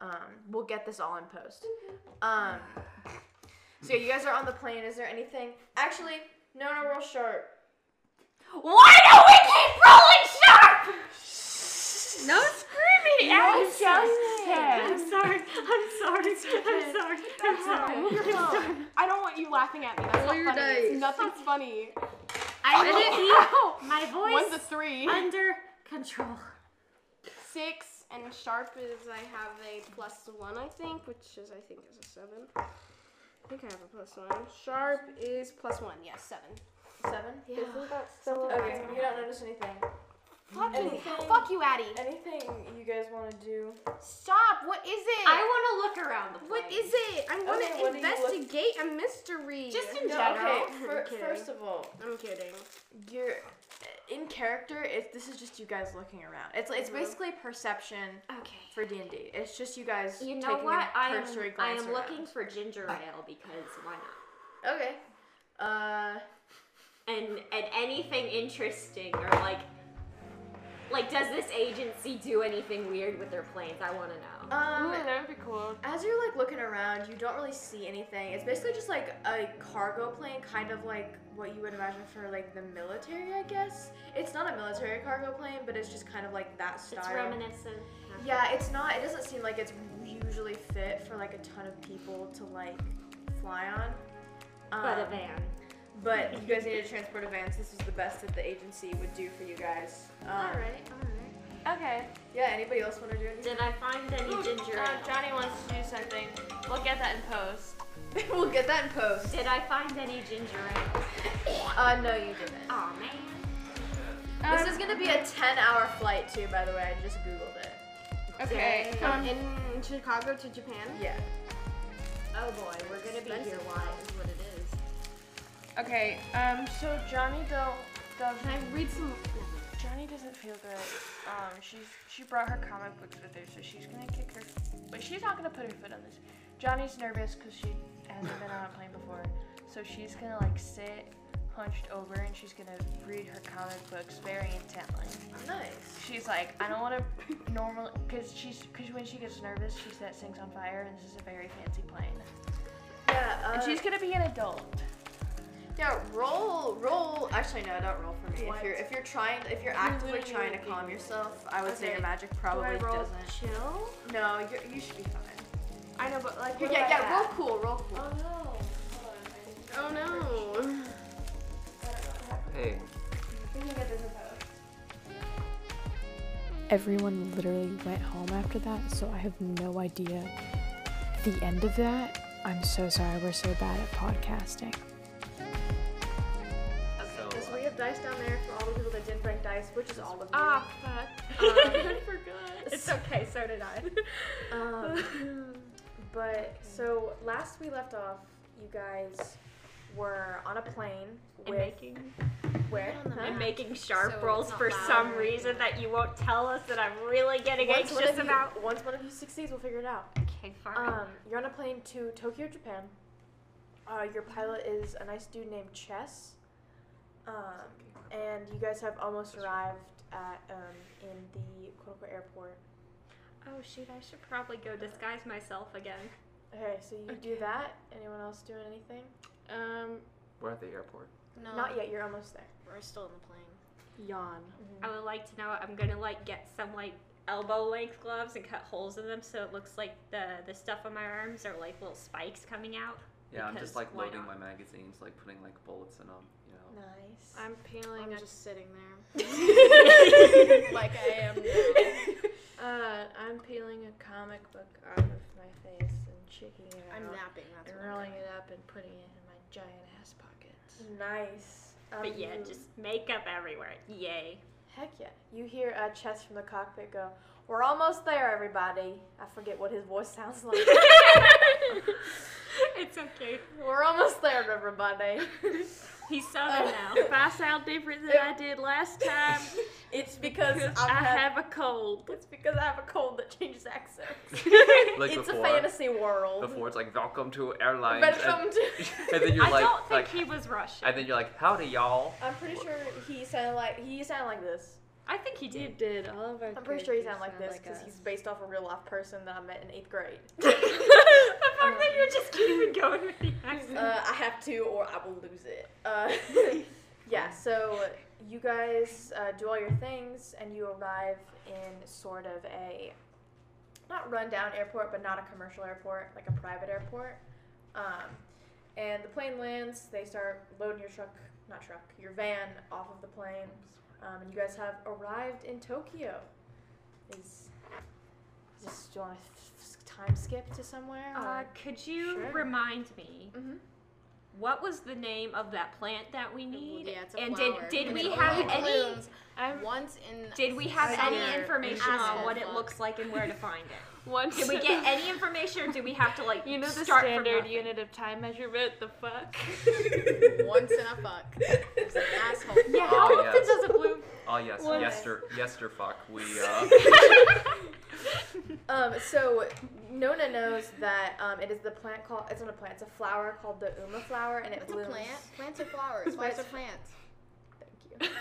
[SPEAKER 1] Um, we'll get this all in post. Um, so yeah, you guys are on the plane. Is there anything? Actually, no, no, real short.
[SPEAKER 4] Why do we keep rolling sharp? No screaming.
[SPEAKER 6] Alex, just
[SPEAKER 4] I'm sorry. I'm sorry.
[SPEAKER 6] done. You're done. I don't want you laughing at me. That's
[SPEAKER 3] your
[SPEAKER 6] not funny.
[SPEAKER 3] dice.
[SPEAKER 6] Nothing's funny.
[SPEAKER 4] I need to keep (laughs) my
[SPEAKER 6] One's a
[SPEAKER 4] voice
[SPEAKER 6] three.
[SPEAKER 4] under control.
[SPEAKER 3] Six and sharp is I have a plus one, I think, which is I think is a seven. I think I have a plus one. Sharp is plus one, yes, seven.
[SPEAKER 1] Seven.
[SPEAKER 3] Yeah.
[SPEAKER 1] Okay, you don't notice anything.
[SPEAKER 3] Fucking,
[SPEAKER 1] Anything-
[SPEAKER 3] fuck you, Addie.
[SPEAKER 1] Anything you guys want to do?
[SPEAKER 3] Stop. What is it?
[SPEAKER 4] I want to look around the place.
[SPEAKER 3] what is it? I'm gonna
[SPEAKER 1] Okay, what do you look-
[SPEAKER 3] investigate a mystery.
[SPEAKER 4] Just in
[SPEAKER 1] No,
[SPEAKER 4] general.
[SPEAKER 1] (laughs) okay. fir-
[SPEAKER 3] kidding.
[SPEAKER 1] first of all,
[SPEAKER 3] I'm kidding.
[SPEAKER 1] you're in character. It's this is just you guys looking around. It's it's basically perception
[SPEAKER 4] Okay.
[SPEAKER 1] for D and D. It's just you guys.
[SPEAKER 4] You know
[SPEAKER 1] taking
[SPEAKER 4] what?
[SPEAKER 1] A
[SPEAKER 4] I am,
[SPEAKER 1] cursory
[SPEAKER 4] I
[SPEAKER 1] glance
[SPEAKER 4] am
[SPEAKER 1] around.
[SPEAKER 4] looking for ginger ale because why not?
[SPEAKER 1] Okay. Uh.
[SPEAKER 4] And and anything interesting or like like does this agency do anything weird with their planes? I want to know.
[SPEAKER 6] Ooh,
[SPEAKER 1] Um.
[SPEAKER 6] Oh, that would be cool.
[SPEAKER 1] As you're like looking around, you don't really see anything. It's basically just like a cargo plane, kind of like what you would imagine for like the military, I guess. It's not a military cargo plane, but it's just kind of like that style.
[SPEAKER 4] It's reminiscent.
[SPEAKER 1] Yeah, it's not. It doesn't seem like it's usually fit for like a ton of people to like fly on. Um,
[SPEAKER 4] But a van.
[SPEAKER 1] But you guys need to transport a van. So this is the best that the agency would do for you guys. Um,
[SPEAKER 4] alright.
[SPEAKER 6] Okay.
[SPEAKER 1] Yeah. Anybody else want to do anything? (laughs)
[SPEAKER 4] Did I find any ginger
[SPEAKER 6] Uh,
[SPEAKER 4] ale?
[SPEAKER 6] Johnny wants to do something. We'll get that in post.
[SPEAKER 1] we'll get that in post.
[SPEAKER 4] Did I find any ginger ale?
[SPEAKER 1] Uh, no, you didn't.
[SPEAKER 4] Oh man.
[SPEAKER 1] This is gonna be a 10-hour flight too. By the way, I just googled it.
[SPEAKER 6] Okay.
[SPEAKER 3] From um, in Chicago to Japan.
[SPEAKER 1] Yeah.
[SPEAKER 4] Oh boy, we're gonna be here a while. Is what it is.
[SPEAKER 6] Okay. Um. So Johnny don't. don't
[SPEAKER 3] Can I read some?
[SPEAKER 6] Johnny doesn't feel good. Um, she's she brought her comic books with her, so she's gonna kick her. But she's not gonna put her foot on this. Johnny's nervous because she hasn't been on a plane before, so she's gonna like sit hunched over and she's gonna read her comic books very intently.
[SPEAKER 1] Nice.
[SPEAKER 6] She's like, I don't want to normal, cause she's, cause when she gets nervous, she sets things on fire, and this is a very fancy plane.
[SPEAKER 1] Yeah. Uh,
[SPEAKER 6] and she's gonna be an adult.
[SPEAKER 1] yeah. Roll, roll. Actually, no, don't roll for me. If you're if you're trying, if you're actively trying to calm yourself, I would say your magic probably doesn't.
[SPEAKER 3] chill?
[SPEAKER 1] No, you're, you should be fine.
[SPEAKER 6] I know, but like,
[SPEAKER 1] yeah, yeah. Roll cool. Roll cool.
[SPEAKER 3] Oh no.
[SPEAKER 5] Hey,
[SPEAKER 10] everyone literally went home after that, so I have no idea the end of that. I'm so sorry we're so bad at podcasting.
[SPEAKER 5] so
[SPEAKER 1] Because we have dice down there for all the people that didn't bring dice, which is all of you.
[SPEAKER 3] Ah,
[SPEAKER 4] (laughs) Um,
[SPEAKER 1] It's okay, so did I.
[SPEAKER 4] (laughs)
[SPEAKER 1] um, but so last we left off, you guys were on a plane
[SPEAKER 4] And
[SPEAKER 1] with
[SPEAKER 4] making
[SPEAKER 1] where?
[SPEAKER 4] and making sharp
[SPEAKER 3] So
[SPEAKER 4] rolls
[SPEAKER 3] it's not
[SPEAKER 4] for
[SPEAKER 3] loud
[SPEAKER 4] some
[SPEAKER 3] or
[SPEAKER 4] reason that you won't tell us that I'm really getting
[SPEAKER 1] Once one of
[SPEAKER 4] anxious
[SPEAKER 1] you-
[SPEAKER 4] about.
[SPEAKER 1] Once one of you succeeds, we'll figure it out.
[SPEAKER 4] Okay, fine.
[SPEAKER 1] Um, you're on a plane to Tokyo, Japan. Uh, your pilot
[SPEAKER 4] Mm-hmm.
[SPEAKER 1] is a nice dude named Chess. Um, and you guys have almost arrived at um, in the quote unquote airport.
[SPEAKER 4] oh shoot, I should probably go disguise myself again.
[SPEAKER 1] Okay, so you do that. Anyone else doing anything?
[SPEAKER 6] Um,
[SPEAKER 5] we're at the airport.
[SPEAKER 4] Um,
[SPEAKER 3] No.
[SPEAKER 1] Not yet. You're almost there. Oh,
[SPEAKER 3] We're still in the plane.
[SPEAKER 1] Yawn.
[SPEAKER 4] I would like to know. I'm gonna like get some like elbow length gloves and cut holes in them so it looks like the the stuff on my arms are like little spikes coming out.
[SPEAKER 5] Yeah, I'm
[SPEAKER 4] Because
[SPEAKER 5] just like
[SPEAKER 4] why
[SPEAKER 5] loading
[SPEAKER 4] not?
[SPEAKER 5] my magazines, like putting like bullets in them, you
[SPEAKER 9] (laughs)
[SPEAKER 5] know.
[SPEAKER 1] Nice.
[SPEAKER 3] I'm peeling. I'm just sitting there.
[SPEAKER 11] (laughs)
[SPEAKER 6] like I am. now. Uh, I'm peeling a comic book out of my face and shaking it
[SPEAKER 3] I'm
[SPEAKER 6] out
[SPEAKER 3] napping. That's
[SPEAKER 6] and
[SPEAKER 3] what
[SPEAKER 6] rolling
[SPEAKER 3] I'm
[SPEAKER 6] it up and putting it in my giant ass pockets.
[SPEAKER 1] Nice. Um,
[SPEAKER 4] But yeah,
[SPEAKER 1] you-
[SPEAKER 4] just makeup everywhere. Yay.
[SPEAKER 1] heck yeah. You hear uh, Chess from the cockpit go, "We're almost there, everybody." I forget what his voice sounds like.
[SPEAKER 4] (laughs) it's okay.
[SPEAKER 1] We're almost there, everybody.
[SPEAKER 4] He's southern now.
[SPEAKER 6] uh, If I sound different than I did last time,
[SPEAKER 1] It's because, I
[SPEAKER 6] I
[SPEAKER 1] have.
[SPEAKER 6] have a cold.
[SPEAKER 1] It's because I have a cold that changes accents.
[SPEAKER 5] (laughs) Like
[SPEAKER 1] it's
[SPEAKER 5] before,
[SPEAKER 1] a fantasy world.
[SPEAKER 5] before it's like welcome to airlines.
[SPEAKER 1] Welcome
[SPEAKER 5] and,
[SPEAKER 1] to.
[SPEAKER 5] (laughs)
[SPEAKER 1] (laughs)
[SPEAKER 5] and then you're
[SPEAKER 4] I
[SPEAKER 5] like,
[SPEAKER 4] don't think
[SPEAKER 5] like,
[SPEAKER 4] he was Russian.
[SPEAKER 5] and then you're like, howdy y'all.
[SPEAKER 1] I'm pretty sure he sounded like he sounded like this.
[SPEAKER 4] I think he did.
[SPEAKER 6] did. All of our
[SPEAKER 1] I'm pretty sure he sounded like this because he's based off a real life person that I met in eighth (laughs) grade.
[SPEAKER 4] the fact that you're just keeping going with the accent.
[SPEAKER 1] uh, I have to, or I will lose it. Uh, (laughs) yeah, so you guys uh, do all your things, and you arrive in sort of a not rundown airport, but not a commercial airport, like a private airport. Um, and the plane lands. They start loading your truck, not truck, your van off of the plane. Um, and you guys have arrived in Tokyo. Is just do you want to time skip to somewhere?
[SPEAKER 4] Uh,
[SPEAKER 1] or-
[SPEAKER 4] could you
[SPEAKER 1] Sure.
[SPEAKER 4] remind me
[SPEAKER 1] Mhm.
[SPEAKER 4] what was the name of that plant that we need?
[SPEAKER 11] Yeah, it's a
[SPEAKER 4] and
[SPEAKER 11] flower.
[SPEAKER 4] did did
[SPEAKER 11] And
[SPEAKER 4] we
[SPEAKER 11] it
[SPEAKER 4] have
[SPEAKER 11] only
[SPEAKER 4] any?
[SPEAKER 11] blooms Once in
[SPEAKER 4] Did we have any
[SPEAKER 11] summer
[SPEAKER 4] information
[SPEAKER 11] in
[SPEAKER 4] on what
[SPEAKER 11] Aspen.
[SPEAKER 4] it looks like and where to find it?
[SPEAKER 11] Once-
[SPEAKER 4] did we get any information, or do we have to like
[SPEAKER 11] You know the
[SPEAKER 4] start from
[SPEAKER 11] standard
[SPEAKER 4] nothing?
[SPEAKER 11] unit
[SPEAKER 4] of time measurement? The fuck.
[SPEAKER 11] (laughs) Once in a
[SPEAKER 4] (laughs)
[SPEAKER 11] fuck. It's an asshole.
[SPEAKER 4] Yeah,
[SPEAKER 5] how Oh, often yes.
[SPEAKER 4] does it bloom?
[SPEAKER 5] Oh yes,
[SPEAKER 1] What?
[SPEAKER 5] yester, yesterfuck. We uh,
[SPEAKER 1] Um, so Nona knows that um, it is the plant called. It's not a plant. It's a flower called the uma flower, and it
[SPEAKER 11] It's a
[SPEAKER 1] blooms.
[SPEAKER 11] plant. Plants are flowers. Flowers are
[SPEAKER 1] Plants.
[SPEAKER 11] plants.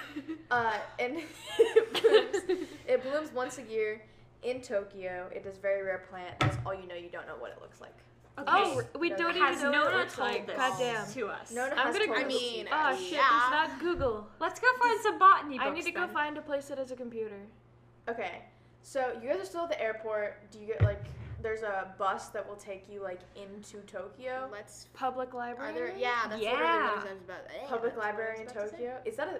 [SPEAKER 1] Uh, and (laughs) it blooms, it blooms once a year in Tokyo. It is a very rare plant. That's all you know. You don't know what it looks like.
[SPEAKER 4] Oh,
[SPEAKER 1] Yes.
[SPEAKER 4] we
[SPEAKER 1] No,
[SPEAKER 11] e-,
[SPEAKER 4] don't
[SPEAKER 1] has
[SPEAKER 4] even know
[SPEAKER 1] Nona
[SPEAKER 4] what it looks
[SPEAKER 1] told
[SPEAKER 4] like.
[SPEAKER 1] this
[SPEAKER 4] Goddamn.
[SPEAKER 1] to us? Nona
[SPEAKER 4] I'm
[SPEAKER 1] has
[SPEAKER 4] gonna
[SPEAKER 1] told
[SPEAKER 4] Google.
[SPEAKER 1] us.
[SPEAKER 11] mean,
[SPEAKER 4] oh shit,
[SPEAKER 11] yeah.
[SPEAKER 4] it's not Google. Let's go find some botany books.
[SPEAKER 6] I need to go
[SPEAKER 4] then.
[SPEAKER 6] find a place that has a computer.
[SPEAKER 1] Okay, so you guys are still at the airport. Do you get like? There's a bus that will take you like into (laughs) Tokyo.
[SPEAKER 11] Let's.
[SPEAKER 6] Public
[SPEAKER 11] Are
[SPEAKER 6] library.
[SPEAKER 11] there? Yeah, that's
[SPEAKER 4] Yeah.
[SPEAKER 11] literally what it was about. Eh,
[SPEAKER 1] Public
[SPEAKER 11] that's what I
[SPEAKER 1] library
[SPEAKER 11] was
[SPEAKER 1] in
[SPEAKER 11] about to say.
[SPEAKER 1] Tokyo. Is that a?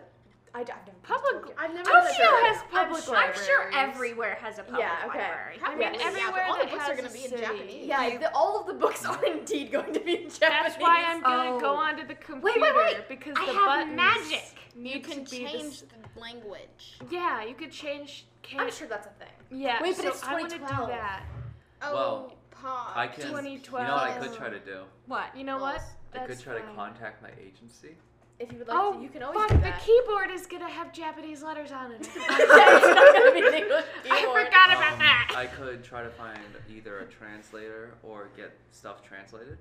[SPEAKER 1] I, I've never been to
[SPEAKER 6] Public.
[SPEAKER 1] Tokyo.
[SPEAKER 6] I've never.
[SPEAKER 1] I'm
[SPEAKER 6] been
[SPEAKER 1] sure
[SPEAKER 6] there.
[SPEAKER 1] it has
[SPEAKER 6] public
[SPEAKER 4] I'm sure
[SPEAKER 6] libraries.
[SPEAKER 4] everywhere has a public
[SPEAKER 1] Yeah, okay.
[SPEAKER 4] library.
[SPEAKER 11] Probably,
[SPEAKER 1] Yeah,
[SPEAKER 11] yeah, but
[SPEAKER 6] everywhere
[SPEAKER 11] all the
[SPEAKER 6] that
[SPEAKER 11] books are
[SPEAKER 6] has a
[SPEAKER 11] going to be in
[SPEAKER 6] city.
[SPEAKER 11] Japanese.
[SPEAKER 1] Yeah, the, all of the books (laughs) are indeed going to be in Japanese.
[SPEAKER 6] That's why I'm gonna go
[SPEAKER 4] Oh.
[SPEAKER 6] onto the computer
[SPEAKER 4] wait, wait.
[SPEAKER 6] because
[SPEAKER 4] I
[SPEAKER 6] the
[SPEAKER 4] have
[SPEAKER 6] buttons
[SPEAKER 4] magic.
[SPEAKER 6] Need
[SPEAKER 11] You can
[SPEAKER 6] to be the
[SPEAKER 11] change
[SPEAKER 6] s-
[SPEAKER 11] the language.
[SPEAKER 6] yeah, you could change. Can-
[SPEAKER 1] I'm sure that's a thing.
[SPEAKER 6] Yeah.
[SPEAKER 1] Wait, but
[SPEAKER 6] so
[SPEAKER 1] it's
[SPEAKER 6] I wanna do
[SPEAKER 1] 2012.
[SPEAKER 6] that.
[SPEAKER 11] Oh,
[SPEAKER 5] Well,
[SPEAKER 11] pause.
[SPEAKER 5] I can. You know what I could try to do?
[SPEAKER 4] What?
[SPEAKER 6] You know what?
[SPEAKER 5] I could
[SPEAKER 6] That's
[SPEAKER 5] try to
[SPEAKER 6] fine.
[SPEAKER 5] contact my agency.
[SPEAKER 1] If you would like
[SPEAKER 6] Oh,
[SPEAKER 1] to, you can always
[SPEAKER 6] fuck,
[SPEAKER 1] do
[SPEAKER 6] the
[SPEAKER 1] that. (laughs)
[SPEAKER 6] keyboard is gonna have Japanese letters
[SPEAKER 4] (laughs)
[SPEAKER 6] on it.
[SPEAKER 1] it's
[SPEAKER 6] (laughs)
[SPEAKER 1] not gonna be an English
[SPEAKER 6] I
[SPEAKER 1] keyboard.
[SPEAKER 6] forgot
[SPEAKER 5] Um,
[SPEAKER 6] about that.
[SPEAKER 5] I could try to find either a translator or get stuff translated.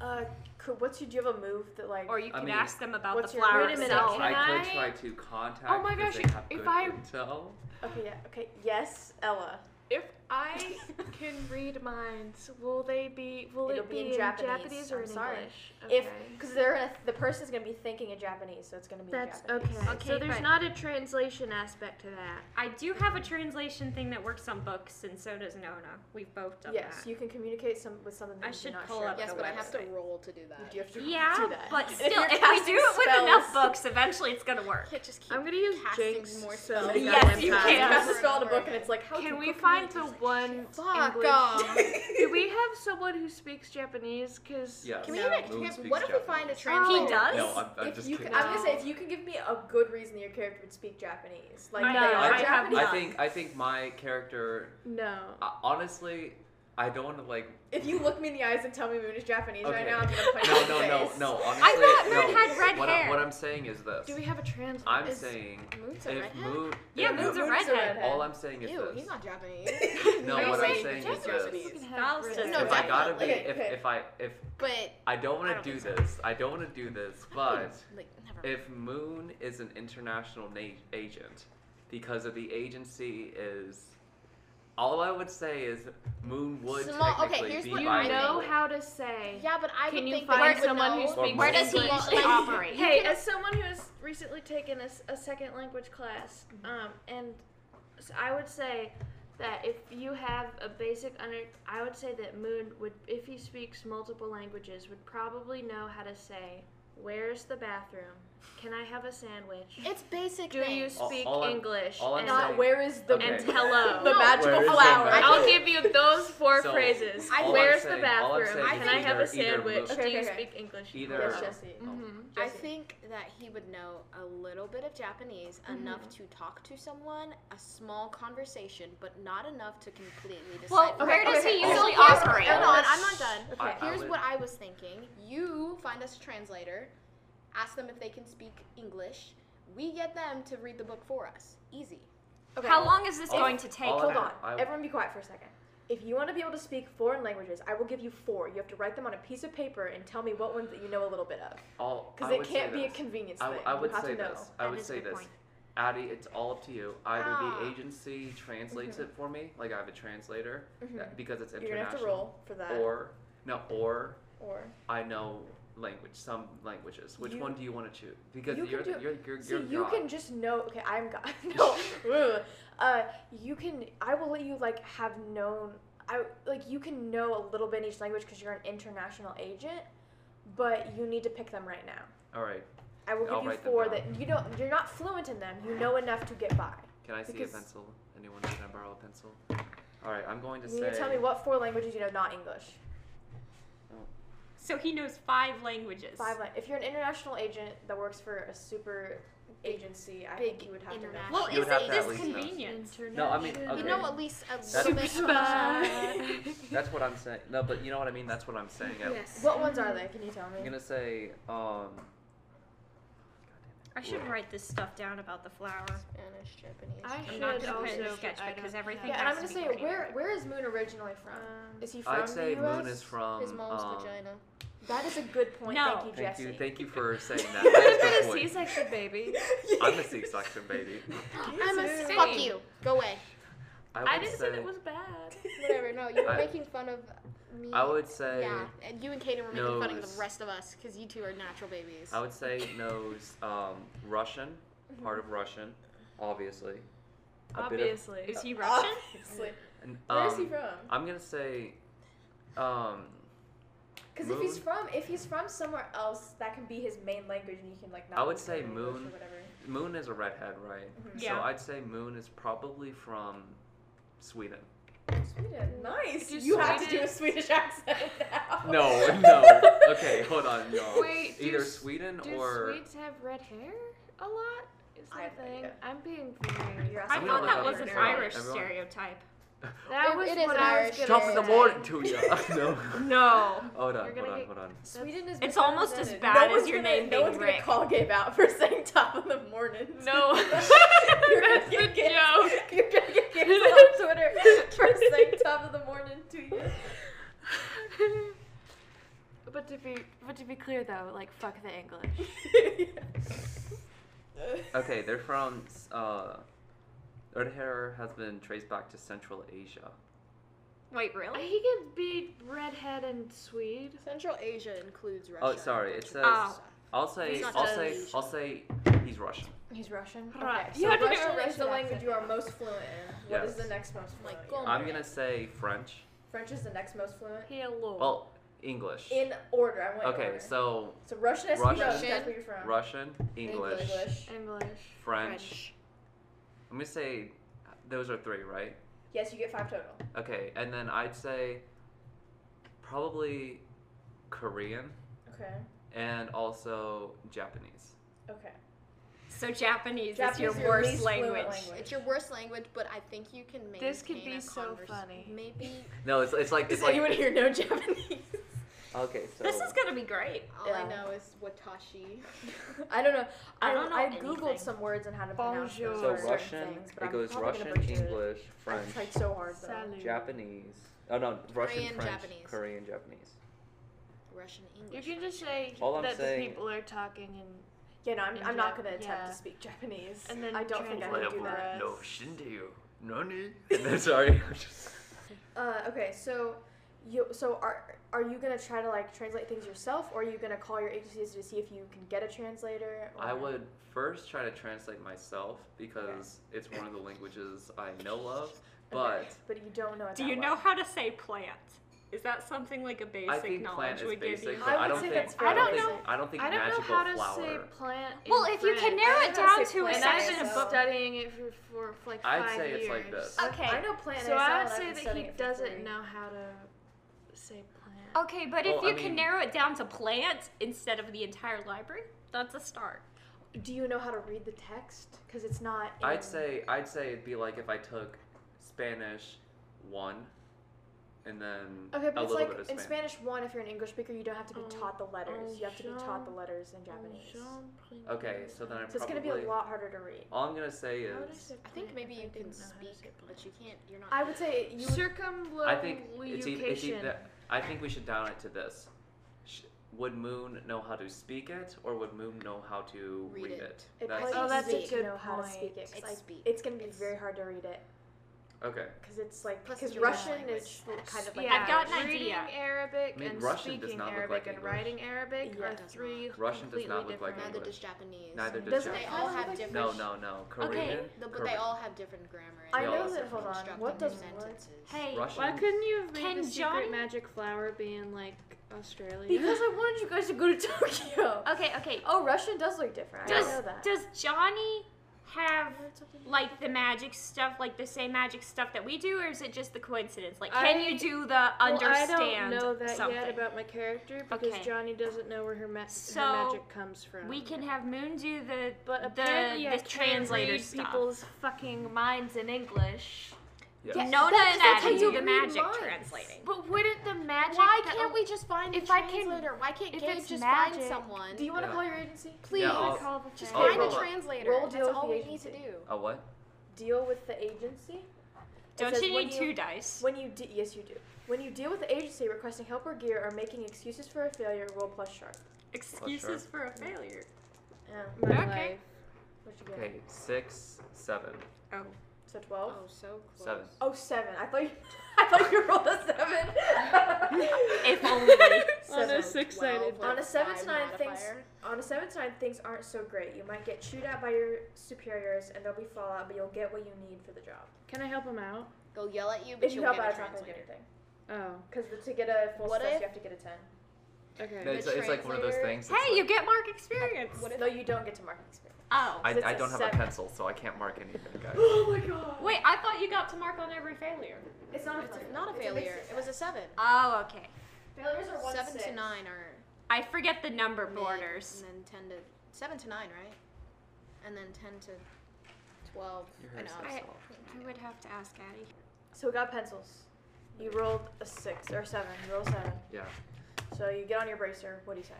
[SPEAKER 1] Uh, could, what's your, do you have a move that like?
[SPEAKER 4] Or you
[SPEAKER 5] I
[SPEAKER 4] can
[SPEAKER 5] mean-
[SPEAKER 4] ask them about the
[SPEAKER 1] What's your-
[SPEAKER 4] flower
[SPEAKER 6] wait a minute,
[SPEAKER 4] itself.
[SPEAKER 6] Can
[SPEAKER 5] I could
[SPEAKER 6] I-
[SPEAKER 5] try to contact.
[SPEAKER 6] Oh my
[SPEAKER 5] 'cause
[SPEAKER 6] gosh,
[SPEAKER 5] they have
[SPEAKER 6] if
[SPEAKER 5] good
[SPEAKER 6] I-
[SPEAKER 5] intel.
[SPEAKER 1] okay, yeah, okay, yes, Ella.
[SPEAKER 6] If I can read minds, will they be? Will
[SPEAKER 1] It'll
[SPEAKER 6] it
[SPEAKER 1] be in
[SPEAKER 6] Japanese,
[SPEAKER 1] Japanese,
[SPEAKER 6] or
[SPEAKER 1] I'm
[SPEAKER 6] in
[SPEAKER 1] sorry.
[SPEAKER 6] English?
[SPEAKER 1] If
[SPEAKER 6] Okay.
[SPEAKER 1] because they're gonna, the person's gonna be thinking in Japanese, so it's gonna be in
[SPEAKER 6] that's
[SPEAKER 1] Japanese.
[SPEAKER 6] okay.
[SPEAKER 4] Okay,
[SPEAKER 6] So there's
[SPEAKER 4] but-
[SPEAKER 6] not a translation aspect to that.
[SPEAKER 4] I do have a translation thing that works on books, and so does Nona. We've both done
[SPEAKER 1] Yes,
[SPEAKER 4] that.
[SPEAKER 1] you can communicate some with something. That
[SPEAKER 4] I
[SPEAKER 1] you're
[SPEAKER 4] should
[SPEAKER 1] not
[SPEAKER 4] pull
[SPEAKER 1] sure
[SPEAKER 4] up
[SPEAKER 1] about.
[SPEAKER 11] Yes,
[SPEAKER 4] the
[SPEAKER 11] but I have to
[SPEAKER 4] website.
[SPEAKER 11] roll to do that.
[SPEAKER 1] You do have to
[SPEAKER 4] yeah,
[SPEAKER 1] do that.
[SPEAKER 4] but
[SPEAKER 1] And (laughs) if
[SPEAKER 4] still,
[SPEAKER 1] you're
[SPEAKER 4] if, we
[SPEAKER 1] casting
[SPEAKER 4] do it with enough
[SPEAKER 1] spells-
[SPEAKER 4] books, eventually it's gonna work.
[SPEAKER 11] Can't just keep
[SPEAKER 6] I'm gonna use
[SPEAKER 11] casting
[SPEAKER 6] Jake's
[SPEAKER 11] more
[SPEAKER 6] so
[SPEAKER 11] spells.
[SPEAKER 6] that
[SPEAKER 1] Yes,
[SPEAKER 6] I'm
[SPEAKER 1] you
[SPEAKER 6] fast.
[SPEAKER 1] can
[SPEAKER 11] Yeah.
[SPEAKER 1] cast a spell in a book, and it's like, how
[SPEAKER 6] Can
[SPEAKER 1] to
[SPEAKER 6] we
[SPEAKER 1] cook
[SPEAKER 6] find
[SPEAKER 1] meat.
[SPEAKER 6] the
[SPEAKER 1] It's like,
[SPEAKER 6] one
[SPEAKER 11] Fuck
[SPEAKER 6] English? (laughs)
[SPEAKER 11] off.
[SPEAKER 6] Do we have someone who speaks Japanese? Cause
[SPEAKER 5] Yes.
[SPEAKER 11] Can we
[SPEAKER 5] no.
[SPEAKER 11] have
[SPEAKER 5] Moon
[SPEAKER 11] a,
[SPEAKER 5] speaks
[SPEAKER 11] what if we
[SPEAKER 5] Japanese.
[SPEAKER 11] find a
[SPEAKER 4] He
[SPEAKER 11] translator?
[SPEAKER 4] does?
[SPEAKER 5] No, I'm, I'm
[SPEAKER 1] if
[SPEAKER 5] just
[SPEAKER 1] you
[SPEAKER 5] kidding.
[SPEAKER 1] Can, I'm gonna say if you can give me a good reason that your character would speak Japanese, like
[SPEAKER 6] No,
[SPEAKER 1] they are
[SPEAKER 5] I have
[SPEAKER 1] Japanese.
[SPEAKER 5] I think I think my character.
[SPEAKER 6] no.
[SPEAKER 5] Uh, honestly, I don't want to like.
[SPEAKER 1] If you look me in the eyes and tell me Moon is Japanese right
[SPEAKER 5] Okay.
[SPEAKER 1] now, I'm gonna punch
[SPEAKER 5] No,
[SPEAKER 1] you
[SPEAKER 5] no,
[SPEAKER 1] in the
[SPEAKER 5] no,
[SPEAKER 1] face.
[SPEAKER 5] no. Honestly,
[SPEAKER 4] thought
[SPEAKER 5] no.
[SPEAKER 4] Moon had red
[SPEAKER 5] what I,
[SPEAKER 4] hair.
[SPEAKER 5] what I'm saying is this.
[SPEAKER 6] Do we have a translator?
[SPEAKER 5] I'm
[SPEAKER 6] Is-
[SPEAKER 5] saying
[SPEAKER 11] Moon's a
[SPEAKER 5] if
[SPEAKER 11] redhead?
[SPEAKER 5] Moon.
[SPEAKER 4] Yeah,
[SPEAKER 5] if
[SPEAKER 4] Moon's
[SPEAKER 1] Moon's
[SPEAKER 4] a
[SPEAKER 1] a
[SPEAKER 4] redhead.
[SPEAKER 1] redhead. (laughs)
[SPEAKER 5] All I'm saying is
[SPEAKER 11] Ew,
[SPEAKER 5] this.
[SPEAKER 11] he's not Japanese.
[SPEAKER 5] (laughs) No,
[SPEAKER 4] Are you
[SPEAKER 5] what I'm
[SPEAKER 4] saying
[SPEAKER 5] saying is
[SPEAKER 11] Japanese?
[SPEAKER 5] this.
[SPEAKER 6] Fucking
[SPEAKER 4] Styles
[SPEAKER 6] hell,
[SPEAKER 4] says
[SPEAKER 6] Brandon.
[SPEAKER 11] No,
[SPEAKER 5] If I gotta be,
[SPEAKER 11] definitely.
[SPEAKER 5] if
[SPEAKER 1] Okay.
[SPEAKER 5] if I if
[SPEAKER 11] But
[SPEAKER 5] I don't want to
[SPEAKER 11] I don't
[SPEAKER 5] do
[SPEAKER 11] think so.
[SPEAKER 5] this, I don't want to do this, but.
[SPEAKER 11] like never.
[SPEAKER 5] If Moon is an international na- agent, because of the agency is, all I would say is Moon would
[SPEAKER 11] Small- okay,
[SPEAKER 5] technically
[SPEAKER 11] here's
[SPEAKER 5] be
[SPEAKER 11] what
[SPEAKER 6] You
[SPEAKER 11] I
[SPEAKER 5] bilingual.
[SPEAKER 6] know how to say.
[SPEAKER 11] yeah, but I
[SPEAKER 6] Can
[SPEAKER 11] would
[SPEAKER 6] you
[SPEAKER 11] think
[SPEAKER 6] find
[SPEAKER 11] that you would
[SPEAKER 6] someone
[SPEAKER 11] know.
[SPEAKER 6] who speaks
[SPEAKER 5] Where does
[SPEAKER 4] he
[SPEAKER 11] English,
[SPEAKER 4] usually
[SPEAKER 11] (laughs) like-
[SPEAKER 4] operate?
[SPEAKER 6] Hey, as someone who has recently taken a, s- a second language class,
[SPEAKER 1] Mm-hmm.
[SPEAKER 6] um, and s I I would say that if you have a basic under, I would say that Moon would, if he speaks multiple languages, would probably know how to say, "Where's the bathroom? Can I have a sandwich?
[SPEAKER 11] It's basic
[SPEAKER 6] Do you
[SPEAKER 11] things.
[SPEAKER 5] All-
[SPEAKER 6] speak
[SPEAKER 5] all I'm-
[SPEAKER 6] English?"
[SPEAKER 5] all I'm
[SPEAKER 6] and,
[SPEAKER 1] Not
[SPEAKER 5] saying-
[SPEAKER 1] where is the
[SPEAKER 5] Okay.
[SPEAKER 6] and hello.
[SPEAKER 1] the magical
[SPEAKER 5] Where is the
[SPEAKER 1] flower?
[SPEAKER 5] magic-
[SPEAKER 6] I'll give you those four
[SPEAKER 5] So,
[SPEAKER 6] phrases.
[SPEAKER 5] all I'm
[SPEAKER 6] Where's
[SPEAKER 5] saying-
[SPEAKER 6] the
[SPEAKER 5] all I'm
[SPEAKER 6] bathroom?
[SPEAKER 5] saying
[SPEAKER 6] Can
[SPEAKER 5] is
[SPEAKER 6] I have a
[SPEAKER 5] either- either
[SPEAKER 6] sandwich?
[SPEAKER 5] Moon-
[SPEAKER 6] Do
[SPEAKER 1] Okay,
[SPEAKER 6] you
[SPEAKER 1] okay, Mm-hmm.
[SPEAKER 6] speak English?
[SPEAKER 5] Either-
[SPEAKER 1] Yes, Jesse.
[SPEAKER 6] hmm
[SPEAKER 11] I
[SPEAKER 1] Jesse.
[SPEAKER 11] think that he would know a little bit of Japanese, enough to talk to someone, a small conversation, but not enough to completely decipher.
[SPEAKER 4] Well,
[SPEAKER 11] it.
[SPEAKER 4] where
[SPEAKER 1] okay,
[SPEAKER 4] does he
[SPEAKER 1] okay.
[SPEAKER 4] usually
[SPEAKER 11] Here's-
[SPEAKER 4] operate?
[SPEAKER 11] Hold on, I'm not done.
[SPEAKER 1] Okay.
[SPEAKER 5] I- I
[SPEAKER 11] Here's
[SPEAKER 5] would-
[SPEAKER 11] what I was thinking. You find us a translator, ask them if they can speak English. We get them to read the book for us. Easy.
[SPEAKER 1] Okay.
[SPEAKER 4] How long is this
[SPEAKER 5] All-
[SPEAKER 4] going to take?
[SPEAKER 5] all
[SPEAKER 1] Hold
[SPEAKER 5] I-
[SPEAKER 1] on.
[SPEAKER 5] I-
[SPEAKER 1] Everyone be quiet for a second. If you want to be able to speak foreign languages, I will give you four. You have to write them on a piece of paper and tell me what ones that you know a little bit of.
[SPEAKER 5] all
[SPEAKER 1] Because
[SPEAKER 5] I
[SPEAKER 1] it
[SPEAKER 5] would say
[SPEAKER 1] can't be a
[SPEAKER 5] this.
[SPEAKER 1] convenience
[SPEAKER 5] I,
[SPEAKER 1] thing.
[SPEAKER 5] I would
[SPEAKER 1] you have
[SPEAKER 5] say
[SPEAKER 1] to know.
[SPEAKER 5] this. I
[SPEAKER 4] That
[SPEAKER 5] would
[SPEAKER 4] is a
[SPEAKER 5] say
[SPEAKER 4] good
[SPEAKER 5] this.
[SPEAKER 4] point.
[SPEAKER 5] Addie, it's all up to you. Either
[SPEAKER 11] Ah.
[SPEAKER 5] the agency translates it for me, like I have a translator, that- because it's
[SPEAKER 1] Mm-hmm. You're gonna have to
[SPEAKER 5] international,
[SPEAKER 1] roll for that.
[SPEAKER 5] or no, or
[SPEAKER 1] or
[SPEAKER 5] I know language, some languages. Which
[SPEAKER 1] You-
[SPEAKER 5] one do you want to choose? Because
[SPEAKER 1] you
[SPEAKER 5] you are
[SPEAKER 1] can do-
[SPEAKER 5] you're, you're,
[SPEAKER 1] See,
[SPEAKER 5] you're
[SPEAKER 1] you
[SPEAKER 5] God.
[SPEAKER 1] can just know. Okay, (laughs)
[SPEAKER 5] (laughs)
[SPEAKER 1] I'm God. No, Ugh. uh, you can. I will let you like have known. I like you can know a little bit in each language because you're an international agent, but you need to pick them right now.
[SPEAKER 5] All right.
[SPEAKER 1] I will
[SPEAKER 5] I'll
[SPEAKER 1] give you
[SPEAKER 5] write them
[SPEAKER 1] four
[SPEAKER 5] down.
[SPEAKER 1] that you don't. You're not fluent in them. You know enough to get by.
[SPEAKER 5] Can I see
[SPEAKER 1] because
[SPEAKER 5] a pencil? Anyone can I borrow a pencil? All right, I'm going to
[SPEAKER 1] You
[SPEAKER 5] say.
[SPEAKER 1] need to tell me what four languages you know, not English.
[SPEAKER 4] So he knows five languages.
[SPEAKER 1] Five. Lang- if you're an international agent that works for a super agency, I think you would have to know.
[SPEAKER 11] Well,
[SPEAKER 5] You would have to at least know. No, I mean, okay.
[SPEAKER 1] (laughs)
[SPEAKER 11] You know at least a
[SPEAKER 5] That's-
[SPEAKER 11] little bit.
[SPEAKER 1] Superspy.
[SPEAKER 5] (laughs) That's what I'm saying. No, but you know what I mean. That's what I'm saying. I-
[SPEAKER 1] Yes. What ones are they? Can you tell
[SPEAKER 5] I'm
[SPEAKER 1] me?
[SPEAKER 5] gonna say um
[SPEAKER 4] I should write this stuff down about the flower.
[SPEAKER 11] Spanish, Japanese.
[SPEAKER 4] I
[SPEAKER 1] I'm
[SPEAKER 4] should
[SPEAKER 1] not gonna
[SPEAKER 4] also
[SPEAKER 1] put it in the
[SPEAKER 4] sketch
[SPEAKER 1] sketchbook
[SPEAKER 4] because everything.
[SPEAKER 1] Yeah, and I'm
[SPEAKER 4] has
[SPEAKER 1] gonna
[SPEAKER 4] to be
[SPEAKER 1] say,
[SPEAKER 4] written.
[SPEAKER 1] where where is Moon originally from? is he from
[SPEAKER 5] I'd say
[SPEAKER 1] the US?
[SPEAKER 5] Moon is from
[SPEAKER 1] His mom's
[SPEAKER 5] um,
[SPEAKER 1] vagina. That is a good point.
[SPEAKER 4] No.
[SPEAKER 1] Thank you,
[SPEAKER 5] Thank
[SPEAKER 1] Jesse.
[SPEAKER 5] you, thank you for saying that. That's the point.
[SPEAKER 4] C-section baby.
[SPEAKER 5] I'm a C-section baby.
[SPEAKER 11] I'm a
[SPEAKER 1] (laughs)
[SPEAKER 11] fuck you. Go away.
[SPEAKER 5] I would say (laughs)
[SPEAKER 11] bad. Whatever. No, you were
[SPEAKER 5] I-
[SPEAKER 11] making fun of me.
[SPEAKER 5] I would say
[SPEAKER 11] Yeah, and you and Kaden were making fun of
[SPEAKER 5] knows.
[SPEAKER 11] the rest of us because you two are natural babies.
[SPEAKER 5] I would say knows um, Russian, part of Russian, obviously. A bit of-
[SPEAKER 4] Obviously. Is he Russian?
[SPEAKER 1] Obviously.
[SPEAKER 5] and,
[SPEAKER 1] Where is he
[SPEAKER 5] um,
[SPEAKER 1] from?
[SPEAKER 5] I'm gonna say, um,
[SPEAKER 1] Because if he's
[SPEAKER 5] Moon-
[SPEAKER 1] from if he's from somewhere else, that can be his main language, and he can like. Not
[SPEAKER 5] I would
[SPEAKER 1] be
[SPEAKER 5] say
[SPEAKER 1] from English
[SPEAKER 5] Moon.
[SPEAKER 1] Or whatever.
[SPEAKER 5] Moon is a redhead, right?
[SPEAKER 1] Mhm.
[SPEAKER 5] So
[SPEAKER 1] Yeah.
[SPEAKER 5] I'd say Moon is probably from Sweden.
[SPEAKER 1] Sweden. Nice.
[SPEAKER 6] Do
[SPEAKER 1] You have to do a
[SPEAKER 6] Sweden-
[SPEAKER 1] Swedish accent (laughs) now.
[SPEAKER 5] No, no. Okay, hold on, y'all.
[SPEAKER 6] Wait, do
[SPEAKER 5] Either
[SPEAKER 6] s-
[SPEAKER 5] Sweden
[SPEAKER 6] Do
[SPEAKER 5] or
[SPEAKER 6] Swedes have red hair a lot? Is
[SPEAKER 1] I
[SPEAKER 6] that
[SPEAKER 1] have
[SPEAKER 6] a
[SPEAKER 1] no
[SPEAKER 6] thing?
[SPEAKER 1] idea.
[SPEAKER 6] I'm being very.
[SPEAKER 4] I
[SPEAKER 5] I'm
[SPEAKER 4] thought
[SPEAKER 5] gonna
[SPEAKER 4] that
[SPEAKER 5] look up
[SPEAKER 4] was an
[SPEAKER 5] for
[SPEAKER 4] Irish
[SPEAKER 5] everyone.
[SPEAKER 4] stereotype.
[SPEAKER 6] That
[SPEAKER 11] It-
[SPEAKER 6] was
[SPEAKER 11] it is
[SPEAKER 6] what
[SPEAKER 11] an
[SPEAKER 6] I was
[SPEAKER 11] Irish
[SPEAKER 6] gonna
[SPEAKER 5] Jump in the
[SPEAKER 6] say.
[SPEAKER 5] morning to you. no.
[SPEAKER 4] No.
[SPEAKER 11] (laughs)
[SPEAKER 5] Hold on,
[SPEAKER 6] You're
[SPEAKER 5] hold
[SPEAKER 6] gonna
[SPEAKER 5] on,
[SPEAKER 6] get-
[SPEAKER 5] hold on.
[SPEAKER 1] Sweden is.
[SPEAKER 4] It's almost as
[SPEAKER 1] misrepresented.
[SPEAKER 4] bad
[SPEAKER 1] no
[SPEAKER 4] as
[SPEAKER 1] one's
[SPEAKER 4] your
[SPEAKER 1] gonna,
[SPEAKER 4] name
[SPEAKER 1] No
[SPEAKER 4] being
[SPEAKER 1] one's
[SPEAKER 4] Rick.
[SPEAKER 1] gonna call Gabe out for (laughs) saying top of the morning.
[SPEAKER 6] No.
[SPEAKER 1] you're gonna
[SPEAKER 6] That's
[SPEAKER 1] get
[SPEAKER 6] the
[SPEAKER 1] canceled. (laughs)
[SPEAKER 6] joke.
[SPEAKER 1] You're gonna get canceled on Twitter for saying top of the morning to you.
[SPEAKER 6] But to be but to be clear though, like fuck the English.
[SPEAKER 5] Okay, they're from. Uh, red hair has been traced back to Central Asia.
[SPEAKER 4] Wait, really?
[SPEAKER 6] He could be redhead and Swede.
[SPEAKER 11] Central Asia includes Russia.
[SPEAKER 5] Oh, sorry. It says.
[SPEAKER 11] Oh.
[SPEAKER 5] I'll say.
[SPEAKER 11] He's
[SPEAKER 5] I'll
[SPEAKER 11] not
[SPEAKER 5] say.
[SPEAKER 11] Asian.
[SPEAKER 5] I'll say. He's Russian.
[SPEAKER 1] He's Russian.
[SPEAKER 6] Right.
[SPEAKER 1] Okay,
[SPEAKER 6] You
[SPEAKER 1] so
[SPEAKER 6] had to do a
[SPEAKER 1] Russian is
[SPEAKER 6] Russian
[SPEAKER 1] the language you are most fluent in. What is
[SPEAKER 5] Yes.
[SPEAKER 1] the next most fluent? you are?
[SPEAKER 5] I'm gonna say French.
[SPEAKER 1] French is the next most fluent.
[SPEAKER 4] Hello.
[SPEAKER 5] Well, English.
[SPEAKER 1] In order, I want. in
[SPEAKER 5] Okay,
[SPEAKER 1] order.
[SPEAKER 5] so
[SPEAKER 1] So Russian is
[SPEAKER 5] Russian,
[SPEAKER 1] Russian. That's where you're from.
[SPEAKER 5] Russian, English,
[SPEAKER 1] English.
[SPEAKER 6] English.
[SPEAKER 5] French. I'm gonna say those are three, right?
[SPEAKER 1] Yes, you get five total.
[SPEAKER 5] Okay, and then I'd say probably Korean
[SPEAKER 1] Okay.
[SPEAKER 5] and also Japanese.
[SPEAKER 1] Okay.
[SPEAKER 4] So Japanese,
[SPEAKER 1] Japanese
[SPEAKER 4] is
[SPEAKER 1] is your
[SPEAKER 4] your
[SPEAKER 1] least
[SPEAKER 4] worst
[SPEAKER 1] fluent
[SPEAKER 4] language.
[SPEAKER 1] language.
[SPEAKER 11] It's your worst language, but I think you can maintain
[SPEAKER 6] This could be
[SPEAKER 11] a
[SPEAKER 6] so
[SPEAKER 11] convers-
[SPEAKER 6] funny.
[SPEAKER 11] Maybe.
[SPEAKER 5] No, it's it's like it's like
[SPEAKER 1] here know Japanese?
[SPEAKER 5] okay. So
[SPEAKER 4] This is gonna be great.
[SPEAKER 11] All I
[SPEAKER 1] Yeah.
[SPEAKER 6] uh,
[SPEAKER 11] know is
[SPEAKER 6] (laughs)
[SPEAKER 11] Watashi.
[SPEAKER 1] I don't know. I,
[SPEAKER 4] I don't know
[SPEAKER 1] I googled
[SPEAKER 4] anything.
[SPEAKER 1] some words and how to pronounce
[SPEAKER 6] Bonjour.
[SPEAKER 1] those
[SPEAKER 5] so
[SPEAKER 1] certain
[SPEAKER 5] Russian.
[SPEAKER 1] things, but
[SPEAKER 5] It
[SPEAKER 1] I'm
[SPEAKER 5] goes
[SPEAKER 1] probably gonna
[SPEAKER 5] Russian,
[SPEAKER 1] butcher it.
[SPEAKER 5] English, French,
[SPEAKER 1] I tried so hard though.
[SPEAKER 6] Salute.
[SPEAKER 5] Japanese. Oh no, Russian,
[SPEAKER 11] Korean,
[SPEAKER 5] French,
[SPEAKER 11] Japanese.
[SPEAKER 5] Korean, Japanese.
[SPEAKER 11] Russian
[SPEAKER 6] You
[SPEAKER 11] English.
[SPEAKER 6] can just say
[SPEAKER 5] All I'm
[SPEAKER 6] that the
[SPEAKER 5] saying-
[SPEAKER 6] people are talking and
[SPEAKER 1] Yeah, no, I'm,
[SPEAKER 6] In
[SPEAKER 1] I'm not
[SPEAKER 6] Jap-
[SPEAKER 1] gonna attempt
[SPEAKER 6] yeah.
[SPEAKER 1] to speak Japanese.
[SPEAKER 6] And then
[SPEAKER 1] I don't think I can do
[SPEAKER 6] translate
[SPEAKER 1] that.
[SPEAKER 6] for us.
[SPEAKER 5] Nani? (laughs) Sorry. I'm just-
[SPEAKER 1] Uh, okay, so you so are are you gonna try to like translate things yourself, or are you gonna call your agencies to see if you can get a translator? Or...
[SPEAKER 5] I would first try to translate myself because it's one of the languages I know
[SPEAKER 4] (laughs)
[SPEAKER 5] of, but
[SPEAKER 1] Okay, but you don't know. It
[SPEAKER 4] Do
[SPEAKER 1] that
[SPEAKER 4] you
[SPEAKER 1] well.
[SPEAKER 4] know how to say plant? Is that something like a basic
[SPEAKER 5] I think
[SPEAKER 4] knowledge
[SPEAKER 5] plant is
[SPEAKER 4] would give
[SPEAKER 5] basic,
[SPEAKER 4] you?
[SPEAKER 5] but I,
[SPEAKER 1] I would
[SPEAKER 5] don't
[SPEAKER 1] say
[SPEAKER 5] think
[SPEAKER 1] that's
[SPEAKER 5] I don't
[SPEAKER 1] very
[SPEAKER 5] think
[SPEAKER 1] basic.
[SPEAKER 5] I don't think
[SPEAKER 6] I don't know
[SPEAKER 5] magical
[SPEAKER 6] how to
[SPEAKER 5] flower.
[SPEAKER 6] say plant. in
[SPEAKER 4] Well, if you can
[SPEAKER 6] French.
[SPEAKER 4] narrow
[SPEAKER 1] I
[SPEAKER 4] it
[SPEAKER 1] don't know how
[SPEAKER 4] down
[SPEAKER 1] to say
[SPEAKER 4] to a
[SPEAKER 1] plant.
[SPEAKER 6] and
[SPEAKER 1] I
[SPEAKER 6] I've
[SPEAKER 4] section
[SPEAKER 6] been
[SPEAKER 1] so-
[SPEAKER 4] of book.
[SPEAKER 6] studying it for, for like
[SPEAKER 5] I'd
[SPEAKER 6] five years.
[SPEAKER 5] say it's like this.
[SPEAKER 4] Okay.
[SPEAKER 1] I know plant.
[SPEAKER 6] So
[SPEAKER 1] and
[SPEAKER 6] I
[SPEAKER 1] I
[SPEAKER 6] would say
[SPEAKER 1] I've been
[SPEAKER 6] that
[SPEAKER 1] studying
[SPEAKER 6] he
[SPEAKER 1] it for Oh, free.
[SPEAKER 6] doesn't know how to say plant.
[SPEAKER 4] Okay, but
[SPEAKER 5] Well,
[SPEAKER 4] if
[SPEAKER 5] I
[SPEAKER 4] you can
[SPEAKER 5] mean-
[SPEAKER 4] narrow it down to plant instead of the entire library, that's a start.
[SPEAKER 1] Do you know how to read the text? Because it's not. In...
[SPEAKER 5] I'd say I'd say it'd be like if I took Spanish one and then
[SPEAKER 1] Okay,
[SPEAKER 5] a
[SPEAKER 1] but it's
[SPEAKER 5] little
[SPEAKER 1] like
[SPEAKER 5] bit of
[SPEAKER 1] in
[SPEAKER 5] Spanish.
[SPEAKER 1] Spanish one, if you're an English speaker, you don't have to be
[SPEAKER 6] Oh,
[SPEAKER 1] taught the letters. You have to be taught the
[SPEAKER 6] Jean-
[SPEAKER 1] letters in Japanese. So
[SPEAKER 5] Okay, so then I'm
[SPEAKER 1] it's
[SPEAKER 5] probably
[SPEAKER 1] gonna be a lot harder to read.
[SPEAKER 5] all I'm gonna say
[SPEAKER 6] How would I
[SPEAKER 5] is
[SPEAKER 6] say
[SPEAKER 11] I think
[SPEAKER 6] plant
[SPEAKER 11] maybe
[SPEAKER 6] if I
[SPEAKER 11] you can
[SPEAKER 6] didn't know how to say
[SPEAKER 11] speak, but you can't. You're not.
[SPEAKER 1] I would say you. Would...
[SPEAKER 5] I think it's either, it's
[SPEAKER 6] Circumlocution.
[SPEAKER 5] either I think we should down it to this. Sh- Would Moon know how to speak it, or would Moon know how to
[SPEAKER 11] Read
[SPEAKER 5] read,
[SPEAKER 11] it.
[SPEAKER 5] it?
[SPEAKER 1] It'd
[SPEAKER 5] That's
[SPEAKER 1] probably
[SPEAKER 6] Oh,
[SPEAKER 1] be
[SPEAKER 6] that's a
[SPEAKER 1] easy to
[SPEAKER 6] good
[SPEAKER 1] know how to
[SPEAKER 6] point.
[SPEAKER 1] speak it. 'cause
[SPEAKER 11] It's
[SPEAKER 1] I-
[SPEAKER 11] speak.
[SPEAKER 1] It's gonna be
[SPEAKER 11] It's-
[SPEAKER 1] very hard to read it.
[SPEAKER 5] Okay.
[SPEAKER 1] because it's like
[SPEAKER 11] Plus
[SPEAKER 1] because
[SPEAKER 11] it's a different
[SPEAKER 1] Russian
[SPEAKER 11] language.
[SPEAKER 1] is kind of like
[SPEAKER 6] yeah,
[SPEAKER 1] a-
[SPEAKER 6] reading Arabic
[SPEAKER 5] I mean,
[SPEAKER 6] and
[SPEAKER 5] Russian does
[SPEAKER 6] speaking
[SPEAKER 5] not look
[SPEAKER 6] Arabic
[SPEAKER 5] like
[SPEAKER 6] and
[SPEAKER 5] English.
[SPEAKER 6] writing Arabic
[SPEAKER 11] Yeah,
[SPEAKER 6] are
[SPEAKER 11] it does
[SPEAKER 6] three
[SPEAKER 5] Russian does
[SPEAKER 6] completely
[SPEAKER 5] not look like
[SPEAKER 11] Neither
[SPEAKER 5] English.
[SPEAKER 11] does Japanese.
[SPEAKER 5] Neither does
[SPEAKER 11] They
[SPEAKER 5] Japanese.
[SPEAKER 11] all have different.
[SPEAKER 5] No, no, no. Korean.
[SPEAKER 11] The- but they
[SPEAKER 5] Korean.
[SPEAKER 11] all have different grammar.
[SPEAKER 5] I
[SPEAKER 11] and
[SPEAKER 5] know
[SPEAKER 11] ways
[SPEAKER 1] that-
[SPEAKER 11] of
[SPEAKER 1] hold on,
[SPEAKER 11] constructing
[SPEAKER 1] what
[SPEAKER 11] their
[SPEAKER 1] does what-
[SPEAKER 11] sentences.
[SPEAKER 4] Hey,
[SPEAKER 5] Russian.
[SPEAKER 6] Why couldn't you have made
[SPEAKER 4] Can
[SPEAKER 6] the
[SPEAKER 4] Johnny-
[SPEAKER 6] secret magic flower be in like Australia?
[SPEAKER 1] because
[SPEAKER 6] (laughs)
[SPEAKER 1] I wanted you guys to (laughs) go to Tokyo.
[SPEAKER 4] Okay, okay.
[SPEAKER 1] Oh, Russian does look different.
[SPEAKER 4] Does
[SPEAKER 1] I know that.
[SPEAKER 4] does Johnny have like the magic stuff, like the same magic stuff that we do, or is it just the coincidence? Like, can
[SPEAKER 6] I-
[SPEAKER 4] you do the
[SPEAKER 6] Well,
[SPEAKER 4] understand
[SPEAKER 6] I don't know that
[SPEAKER 4] something?
[SPEAKER 6] yet about my character because
[SPEAKER 4] Okay.
[SPEAKER 6] Johnny doesn't know where her, ma-
[SPEAKER 4] So,
[SPEAKER 6] her magic comes from.
[SPEAKER 4] we can have Moon do the
[SPEAKER 6] but
[SPEAKER 4] the,
[SPEAKER 6] apparently
[SPEAKER 4] the
[SPEAKER 6] I can't
[SPEAKER 4] translator
[SPEAKER 6] read
[SPEAKER 4] stuff.
[SPEAKER 6] people's fucking minds in English.
[SPEAKER 5] Yes.
[SPEAKER 4] Nona and
[SPEAKER 6] that's-
[SPEAKER 4] I
[SPEAKER 6] that's
[SPEAKER 4] can
[SPEAKER 6] how
[SPEAKER 4] do
[SPEAKER 6] you
[SPEAKER 4] the
[SPEAKER 6] read
[SPEAKER 4] magic
[SPEAKER 6] minds.
[SPEAKER 4] translating.
[SPEAKER 6] But wouldn't the magic?
[SPEAKER 11] Why
[SPEAKER 6] that-
[SPEAKER 11] can't we just find
[SPEAKER 6] if
[SPEAKER 11] a
[SPEAKER 6] I can-
[SPEAKER 11] translator? Why can't
[SPEAKER 6] if
[SPEAKER 11] Gabe
[SPEAKER 6] it's
[SPEAKER 11] just
[SPEAKER 6] magic-
[SPEAKER 11] find someone?
[SPEAKER 1] Do you want to
[SPEAKER 5] Yeah.
[SPEAKER 1] call your agency?
[SPEAKER 11] Please,
[SPEAKER 5] Yeah, oh, I'll-
[SPEAKER 6] call the
[SPEAKER 11] just
[SPEAKER 5] I'll
[SPEAKER 11] find
[SPEAKER 5] roll
[SPEAKER 11] a
[SPEAKER 5] up.
[SPEAKER 11] translator.
[SPEAKER 1] Roll deal
[SPEAKER 11] That's
[SPEAKER 1] with
[SPEAKER 11] all
[SPEAKER 1] the
[SPEAKER 11] we need to
[SPEAKER 1] agency.
[SPEAKER 11] do.
[SPEAKER 5] A what? Oh,
[SPEAKER 1] Deal with the agency. It
[SPEAKER 4] Don't
[SPEAKER 1] says
[SPEAKER 4] you
[SPEAKER 1] when
[SPEAKER 4] need two dice?
[SPEAKER 1] When you de- yes, you do. When you deal with the agency requesting help or gear or making excuses for a failure, roll plus sharp.
[SPEAKER 4] Excuses for a failure.
[SPEAKER 1] Yeah.
[SPEAKER 6] My
[SPEAKER 4] Okay.
[SPEAKER 6] life.
[SPEAKER 1] What you get?
[SPEAKER 5] Okay, six, seven,
[SPEAKER 4] Oh,
[SPEAKER 1] So twelve.
[SPEAKER 11] Oh, so close.
[SPEAKER 5] seven.
[SPEAKER 1] Oh, seven. I thought you, (laughs) I thought you rolled a
[SPEAKER 11] (laughs)
[SPEAKER 1] seven.
[SPEAKER 6] (laughs)
[SPEAKER 4] if only.
[SPEAKER 6] On a
[SPEAKER 1] Seven.
[SPEAKER 6] six-sided
[SPEAKER 11] Twelve.
[SPEAKER 1] On a seven to
[SPEAKER 11] Five
[SPEAKER 1] nine, things
[SPEAKER 11] modifier.
[SPEAKER 1] on a seven to nine, things aren't so great. You might get chewed out by your superiors, and there'll be fallout, but you'll get what you need for the job.
[SPEAKER 6] Can I help him out?
[SPEAKER 11] They'll yell at you, but
[SPEAKER 1] If you
[SPEAKER 11] you'll
[SPEAKER 1] help
[SPEAKER 11] get
[SPEAKER 1] out,
[SPEAKER 11] a
[SPEAKER 1] it's not gonna do
[SPEAKER 11] translator.
[SPEAKER 1] anything.
[SPEAKER 6] Oh,
[SPEAKER 1] Because to get a full
[SPEAKER 11] What
[SPEAKER 1] success,
[SPEAKER 11] if-
[SPEAKER 1] you have to get a ten.
[SPEAKER 6] okay.
[SPEAKER 5] It's, it's like one of those
[SPEAKER 11] translator-
[SPEAKER 5] things. that's
[SPEAKER 4] Hey, you
[SPEAKER 5] like-
[SPEAKER 4] get mark experience.
[SPEAKER 1] What if? No, you don't get to mark experience.
[SPEAKER 4] Oh.
[SPEAKER 1] it's
[SPEAKER 5] I, I
[SPEAKER 1] a
[SPEAKER 5] don't have a
[SPEAKER 1] seven.
[SPEAKER 5] pencil, so I can't mark anything,
[SPEAKER 6] (gasps)
[SPEAKER 5] guys.
[SPEAKER 1] Oh my god.
[SPEAKER 4] Wait, I thought you got to mark on every failure.
[SPEAKER 1] It's not a
[SPEAKER 11] It's
[SPEAKER 1] failure.
[SPEAKER 11] not a
[SPEAKER 1] It's mixed
[SPEAKER 11] failure. It was a
[SPEAKER 1] success.
[SPEAKER 11] seven.
[SPEAKER 4] Oh, okay.
[SPEAKER 1] failures are one
[SPEAKER 11] Seven
[SPEAKER 1] six.
[SPEAKER 11] to nine are
[SPEAKER 4] I forget the number
[SPEAKER 11] mid,
[SPEAKER 4] borders.
[SPEAKER 11] and then ten to seven to nine, right? And then ten to twelve.
[SPEAKER 5] Your
[SPEAKER 11] I
[SPEAKER 5] hair's
[SPEAKER 11] know.
[SPEAKER 5] so soft.
[SPEAKER 4] You would have to ask Addie.
[SPEAKER 1] So we got pencils. You rolled a six or a seven. You rolled a seven.
[SPEAKER 5] Yeah.
[SPEAKER 1] So you get on your bracer. What do you say?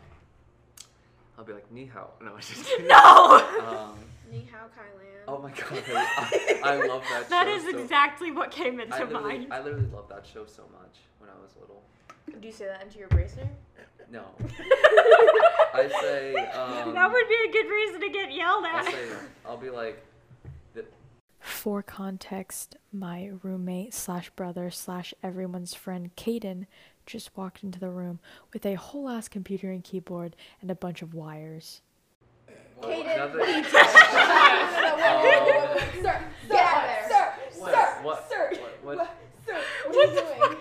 [SPEAKER 5] I'll be like, ni hao. (laughs) No, I
[SPEAKER 4] (laughs)
[SPEAKER 5] just
[SPEAKER 4] No!
[SPEAKER 5] Um,
[SPEAKER 11] Ni hao Kai Lan.
[SPEAKER 5] oh my god,
[SPEAKER 11] (laughs)
[SPEAKER 5] I, I love that show.
[SPEAKER 4] That is
[SPEAKER 5] so,
[SPEAKER 4] exactly what came
[SPEAKER 5] I
[SPEAKER 4] into
[SPEAKER 5] literally,
[SPEAKER 4] mind.
[SPEAKER 5] I literally loved that show so much when I was little.
[SPEAKER 1] Do you say that into your bracer?
[SPEAKER 11] (laughs)
[SPEAKER 5] No. I say, um,
[SPEAKER 4] that would be a good reason to get yelled
[SPEAKER 5] I'll
[SPEAKER 4] at.
[SPEAKER 5] say, I'll be like, the,
[SPEAKER 10] For context, my roommate slash brother slash everyone's friend Caden just walked into the room with a whole ass computer and keyboard and a bunch of wires.
[SPEAKER 5] well,
[SPEAKER 1] Kaden,
[SPEAKER 5] another-
[SPEAKER 1] what are
[SPEAKER 5] (laughs)
[SPEAKER 1] you doing? No, no, wait, wait, wait,
[SPEAKER 5] Um,
[SPEAKER 1] wait, wait, sir, sir, sir,
[SPEAKER 5] what,
[SPEAKER 1] sir,
[SPEAKER 5] what,
[SPEAKER 1] sir,
[SPEAKER 5] what, what,
[SPEAKER 1] sir, what are you doing?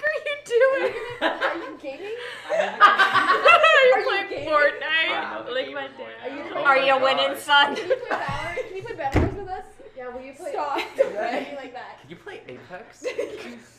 [SPEAKER 4] are you doing?
[SPEAKER 1] Are you gaming?
[SPEAKER 6] I
[SPEAKER 1] you
[SPEAKER 5] (laughs)
[SPEAKER 6] played
[SPEAKER 1] kidding?
[SPEAKER 6] Fortnite
[SPEAKER 5] Another
[SPEAKER 6] like
[SPEAKER 5] game
[SPEAKER 6] my
[SPEAKER 5] of Fortnite.
[SPEAKER 6] dad.
[SPEAKER 1] you-
[SPEAKER 5] Oh
[SPEAKER 4] Are
[SPEAKER 5] my
[SPEAKER 4] you winning,
[SPEAKER 5] God. (laughs)
[SPEAKER 4] son?
[SPEAKER 1] Can you play Valorant? Can you play Valorant with us? Yeah, will you play? Stop.
[SPEAKER 9] Right?
[SPEAKER 1] like that.
[SPEAKER 5] You play
[SPEAKER 11] (laughs)
[SPEAKER 5] Apex?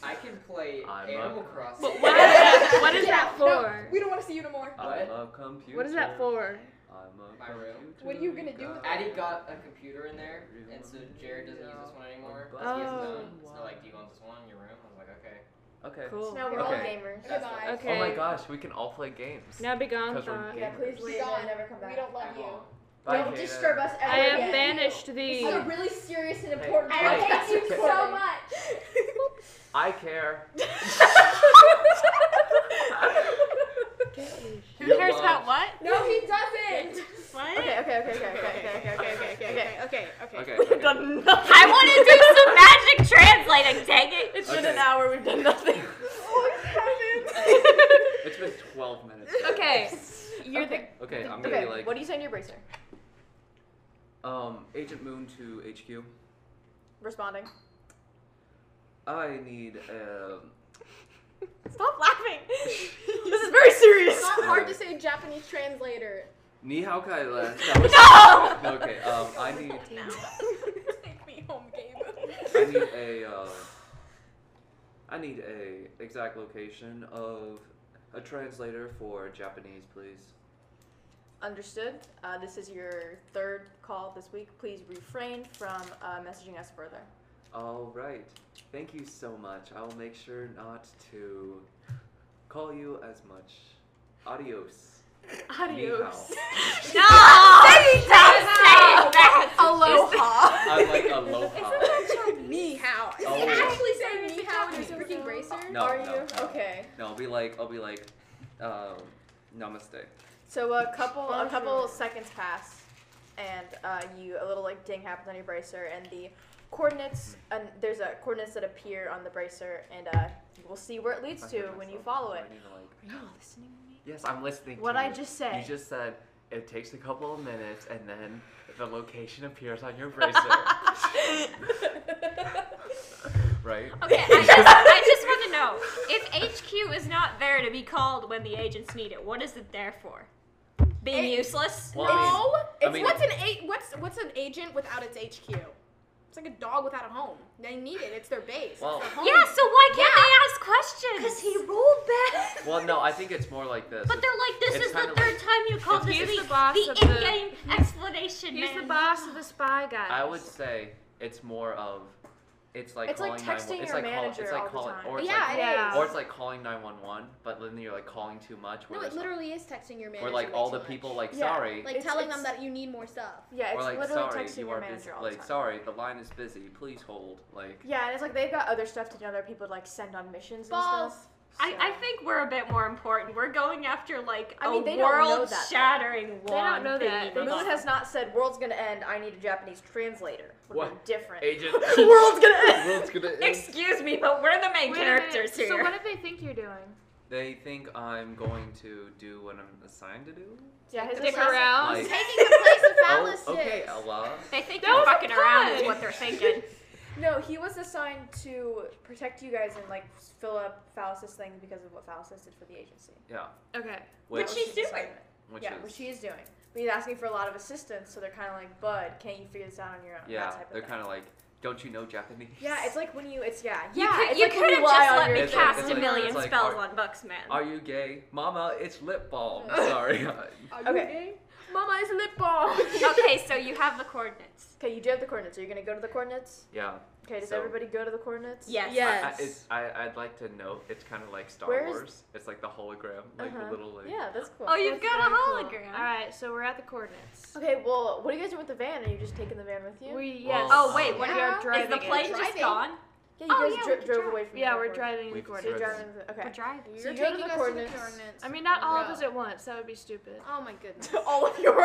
[SPEAKER 9] I can play
[SPEAKER 5] I'm a-
[SPEAKER 9] Animal Crossing.
[SPEAKER 6] But what is that, what is that
[SPEAKER 1] Get out.
[SPEAKER 6] for?
[SPEAKER 1] No, we don't want to see you no more.
[SPEAKER 5] I'm a computer.
[SPEAKER 6] What is that for?
[SPEAKER 5] I'm a
[SPEAKER 9] My room.
[SPEAKER 1] What are you gonna do with
[SPEAKER 9] Addy got a computer in there, and so Jared doesn't use this one anymore. 'cause He has his own. So they're like, do you want this one in your room? I was like, okay.
[SPEAKER 5] Okay.
[SPEAKER 6] Cool.
[SPEAKER 1] Now we're all
[SPEAKER 5] Okay.
[SPEAKER 1] gamers.
[SPEAKER 9] That's the-
[SPEAKER 6] Okay.
[SPEAKER 5] Oh my gosh, we can all play games.
[SPEAKER 6] Now be gone,
[SPEAKER 5] Because we're
[SPEAKER 6] thought.
[SPEAKER 5] gamers.
[SPEAKER 1] Yeah, please leave
[SPEAKER 3] Gone.
[SPEAKER 1] and never come back.
[SPEAKER 3] We don't love
[SPEAKER 9] I
[SPEAKER 3] you.
[SPEAKER 9] won't.
[SPEAKER 5] Bye,
[SPEAKER 1] Don't
[SPEAKER 5] Kaden.
[SPEAKER 1] disturb us ever
[SPEAKER 6] I have
[SPEAKER 1] again.
[SPEAKER 6] banished thee.
[SPEAKER 1] This is a really serious and
[SPEAKER 5] Hey,
[SPEAKER 1] important.
[SPEAKER 5] I
[SPEAKER 1] podcast.
[SPEAKER 5] hate you so
[SPEAKER 1] (laughs) Sorry.
[SPEAKER 5] I care.
[SPEAKER 4] Who
[SPEAKER 5] You're
[SPEAKER 4] cares
[SPEAKER 5] loved.
[SPEAKER 4] about what?
[SPEAKER 1] no, he doesn't.
[SPEAKER 4] What?
[SPEAKER 1] Okay, okay, okay, okay, okay, okay, okay, okay,
[SPEAKER 5] (laughs)
[SPEAKER 1] okay, okay.
[SPEAKER 11] Okay.
[SPEAKER 5] Okay.
[SPEAKER 4] I want to do some magic translating. Dang it! It's
[SPEAKER 5] been Okay. an
[SPEAKER 4] hour. We've done nothing.
[SPEAKER 5] It's been 12 minutes.
[SPEAKER 4] okay. You're
[SPEAKER 1] Okay.
[SPEAKER 5] Okay, I'm gonna
[SPEAKER 1] Okay,
[SPEAKER 5] be like,
[SPEAKER 1] what do you say in your bracer?
[SPEAKER 5] um, Agent Moon to HQ.
[SPEAKER 1] Responding.
[SPEAKER 5] I need um, a.
[SPEAKER 4] the. Stop laughing.
[SPEAKER 1] This is very serious.
[SPEAKER 11] It's not hard
[SPEAKER 1] (laughs)
[SPEAKER 11] to say Japanese translator.
[SPEAKER 5] Ni hao kai la.
[SPEAKER 4] (laughs) No!
[SPEAKER 5] Okay, um, I need,
[SPEAKER 11] Take me home, Gabe.
[SPEAKER 5] I need a, uh, I need a exact location of a translator for Japanese, please.
[SPEAKER 1] Understood. Uh, this is your third call this week. Please refrain from uh, messaging us further.
[SPEAKER 5] All right. Thank you so much. I'll make sure not to call you as much. Adios.
[SPEAKER 6] (laughs)
[SPEAKER 5] Adios.
[SPEAKER 4] No! Stop saying that.
[SPEAKER 1] Aloha.
[SPEAKER 5] I like aloha.
[SPEAKER 11] Ni hao. Is
[SPEAKER 5] Oh.
[SPEAKER 11] it actually saying ni hao in your freaking bracer?
[SPEAKER 5] No,
[SPEAKER 1] Are
[SPEAKER 5] no,
[SPEAKER 1] you
[SPEAKER 5] no.
[SPEAKER 1] okay?
[SPEAKER 5] No, I'll be like, I'll be like, um, namaste.
[SPEAKER 1] So a couple, a couple seconds pass, and uh, you a little like ding happens on your bracer, and the coordinates, and there's a coordinates that appear on the bracer, and uh, we'll see where it leads
[SPEAKER 5] I
[SPEAKER 1] to
[SPEAKER 5] hurt
[SPEAKER 1] when you
[SPEAKER 5] myself,
[SPEAKER 1] follow
[SPEAKER 5] so
[SPEAKER 1] it. (laughs)
[SPEAKER 5] I need to, like-
[SPEAKER 1] Are you listening to me?
[SPEAKER 5] Yes, I'm listening. to
[SPEAKER 1] What'd I
[SPEAKER 5] you.
[SPEAKER 1] just say?
[SPEAKER 5] You just said it takes a couple of minutes, and then the location appears on your bracer. right?
[SPEAKER 4] Okay, I just, (laughs) I just want to know if HQ is not there to be called when the agents need it, what is it there for? Being useless?
[SPEAKER 5] Well, I mean-
[SPEAKER 3] no,
[SPEAKER 5] I
[SPEAKER 3] Oh, it's
[SPEAKER 5] mean-
[SPEAKER 3] what's an a- what's what's an agent without its HQ? It's like a dog without a home. They need it. It's their base.
[SPEAKER 5] Well-
[SPEAKER 3] it's their home.
[SPEAKER 4] Yeah, so why can't
[SPEAKER 3] Yeah.
[SPEAKER 4] they ask questions? Because he rolled bad.
[SPEAKER 5] well, no, I think it's more like this.
[SPEAKER 4] But they're like, this
[SPEAKER 5] It's
[SPEAKER 4] is the
[SPEAKER 5] kinda
[SPEAKER 4] third time you called this
[SPEAKER 6] He's the
[SPEAKER 4] week.
[SPEAKER 6] boss
[SPEAKER 4] The,
[SPEAKER 6] of the-
[SPEAKER 4] in-game explanation.
[SPEAKER 6] He's
[SPEAKER 4] man.
[SPEAKER 6] the boss of the spy guy.
[SPEAKER 5] I would say it's more of it's like
[SPEAKER 6] It's like
[SPEAKER 5] calling 911.
[SPEAKER 6] texting
[SPEAKER 5] It's
[SPEAKER 6] your
[SPEAKER 5] like calling.
[SPEAKER 6] manager
[SPEAKER 5] It's like
[SPEAKER 6] all the
[SPEAKER 5] calling.
[SPEAKER 6] time.
[SPEAKER 5] Or it's
[SPEAKER 3] Yeah,
[SPEAKER 5] like,
[SPEAKER 3] it Yeah. is.
[SPEAKER 5] Or it's like calling 911, but then you're like calling too much. Where
[SPEAKER 3] No, it
[SPEAKER 5] there's-
[SPEAKER 3] literally is texting your manager.
[SPEAKER 5] where
[SPEAKER 3] way
[SPEAKER 5] like all
[SPEAKER 3] too
[SPEAKER 5] the
[SPEAKER 3] much.
[SPEAKER 5] people like sorry.
[SPEAKER 3] Like telling them that you need more stuff.
[SPEAKER 1] Yeah,
[SPEAKER 5] or
[SPEAKER 1] it's
[SPEAKER 5] like
[SPEAKER 1] literally
[SPEAKER 5] sorry,
[SPEAKER 1] texting
[SPEAKER 5] you
[SPEAKER 1] your
[SPEAKER 5] are busy.
[SPEAKER 1] manager all the
[SPEAKER 5] Like
[SPEAKER 1] time.
[SPEAKER 5] sorry, the line is busy. Please hold. Like
[SPEAKER 1] Yeah, and it's like they've got other stuff to do. Other people to, like send on missions and stuff.
[SPEAKER 4] I, I think we're a bit more important. We're going after like
[SPEAKER 1] I mean,
[SPEAKER 4] a
[SPEAKER 1] they don't know
[SPEAKER 4] world
[SPEAKER 1] that, though.
[SPEAKER 4] shattering
[SPEAKER 1] They don't
[SPEAKER 4] wand
[SPEAKER 1] know
[SPEAKER 4] thingy
[SPEAKER 1] that. The
[SPEAKER 4] that's-
[SPEAKER 1] moon has not said world's gonna end. I need a Japanese translator. Would have been different.
[SPEAKER 5] Agent.
[SPEAKER 1] world's (laughs) gonna end.
[SPEAKER 5] World's gonna end.
[SPEAKER 4] Excuse me, but we're the main
[SPEAKER 6] Wait a minute,
[SPEAKER 4] characters here.
[SPEAKER 6] So what if they think you're doing?
[SPEAKER 5] They think I'm going to do what I'm assigned to do.
[SPEAKER 1] Yeah, his
[SPEAKER 6] Dick
[SPEAKER 1] assistant-
[SPEAKER 6] around.
[SPEAKER 5] Like- (laughs)
[SPEAKER 3] Taking the place of
[SPEAKER 5] Oh,
[SPEAKER 3] fallacy.
[SPEAKER 5] okay, Ella.
[SPEAKER 4] They think
[SPEAKER 1] That
[SPEAKER 4] you're
[SPEAKER 1] was a
[SPEAKER 4] fucking around is
[SPEAKER 1] pun.
[SPEAKER 4] what they're thinking.
[SPEAKER 1] No, he was assigned to protect you guys and like fill up Faustus things because of what Faustus did for the agency.
[SPEAKER 5] Yeah.
[SPEAKER 6] Okay.
[SPEAKER 5] Which,
[SPEAKER 1] That was his assignment.
[SPEAKER 5] Which
[SPEAKER 1] yeah,
[SPEAKER 5] is-
[SPEAKER 1] which he is doing. But he's asking for a lot of assistance, so they're kind of like, "Bud, can't you figure this out on your own?"
[SPEAKER 5] Yeah,
[SPEAKER 1] That type of
[SPEAKER 5] they're
[SPEAKER 1] thing.
[SPEAKER 5] kind of like, don't you know Japanese?
[SPEAKER 1] Yeah, it's like when you, it's yeah,
[SPEAKER 4] You
[SPEAKER 1] yeah.
[SPEAKER 4] could-
[SPEAKER 1] it's
[SPEAKER 4] you
[SPEAKER 1] like when
[SPEAKER 4] could've
[SPEAKER 1] rely
[SPEAKER 4] just
[SPEAKER 1] on
[SPEAKER 4] let
[SPEAKER 1] your
[SPEAKER 4] me
[SPEAKER 5] It's like-
[SPEAKER 4] cast
[SPEAKER 5] it's
[SPEAKER 4] a
[SPEAKER 5] like-
[SPEAKER 4] million
[SPEAKER 5] it's like,
[SPEAKER 4] spells
[SPEAKER 5] are-
[SPEAKER 4] on Bucksman.
[SPEAKER 5] Are you gay, Mama? It's lip balm.
[SPEAKER 1] (laughs)
[SPEAKER 5] Sorry. (laughs)
[SPEAKER 1] Okay. Mama is lip balm.
[SPEAKER 4] (laughs) okay, so you have the coordinates.
[SPEAKER 1] Okay, you do have the coordinates. Are you gonna go to the coordinates?
[SPEAKER 5] yeah.
[SPEAKER 1] Okay, does
[SPEAKER 5] So-
[SPEAKER 1] everybody go to the coordinates?
[SPEAKER 4] Yes.
[SPEAKER 5] I, I, it's, I, I'd like to note it's kind of like Star
[SPEAKER 1] Where is-
[SPEAKER 5] Wars. It's like the hologram, like
[SPEAKER 1] Uh-huh.
[SPEAKER 5] the little like.
[SPEAKER 1] Yeah, that's cool.
[SPEAKER 4] Oh, you've
[SPEAKER 1] That's
[SPEAKER 4] got a
[SPEAKER 1] very cool.
[SPEAKER 4] hologram.
[SPEAKER 6] All right, so we're at the coordinates.
[SPEAKER 1] Okay, well, what are you guys doing with the van? Are you just taking the van with you?
[SPEAKER 6] We
[SPEAKER 5] Well,
[SPEAKER 6] yes.
[SPEAKER 4] Oh wait, what
[SPEAKER 6] we
[SPEAKER 4] yeah.
[SPEAKER 6] are driving.
[SPEAKER 4] is the
[SPEAKER 6] it.
[SPEAKER 4] plane just gone?
[SPEAKER 1] Yeah, you
[SPEAKER 4] Oh,
[SPEAKER 1] guys dro-
[SPEAKER 4] yeah, we could
[SPEAKER 1] drove
[SPEAKER 4] drive.
[SPEAKER 1] away from.
[SPEAKER 6] Yeah,
[SPEAKER 1] the
[SPEAKER 6] we're
[SPEAKER 1] airport.
[SPEAKER 6] driving the
[SPEAKER 5] We've
[SPEAKER 1] So you're
[SPEAKER 6] coordinates.
[SPEAKER 1] driving. To the, okay.
[SPEAKER 4] We're driving.
[SPEAKER 1] So
[SPEAKER 3] You're
[SPEAKER 1] you go to the
[SPEAKER 3] taking us to the
[SPEAKER 1] coordinates.
[SPEAKER 3] coordinates.
[SPEAKER 6] I mean, not all of
[SPEAKER 3] Yeah.
[SPEAKER 6] us at once. That would be stupid.
[SPEAKER 3] Oh my goodness.
[SPEAKER 1] To all of your.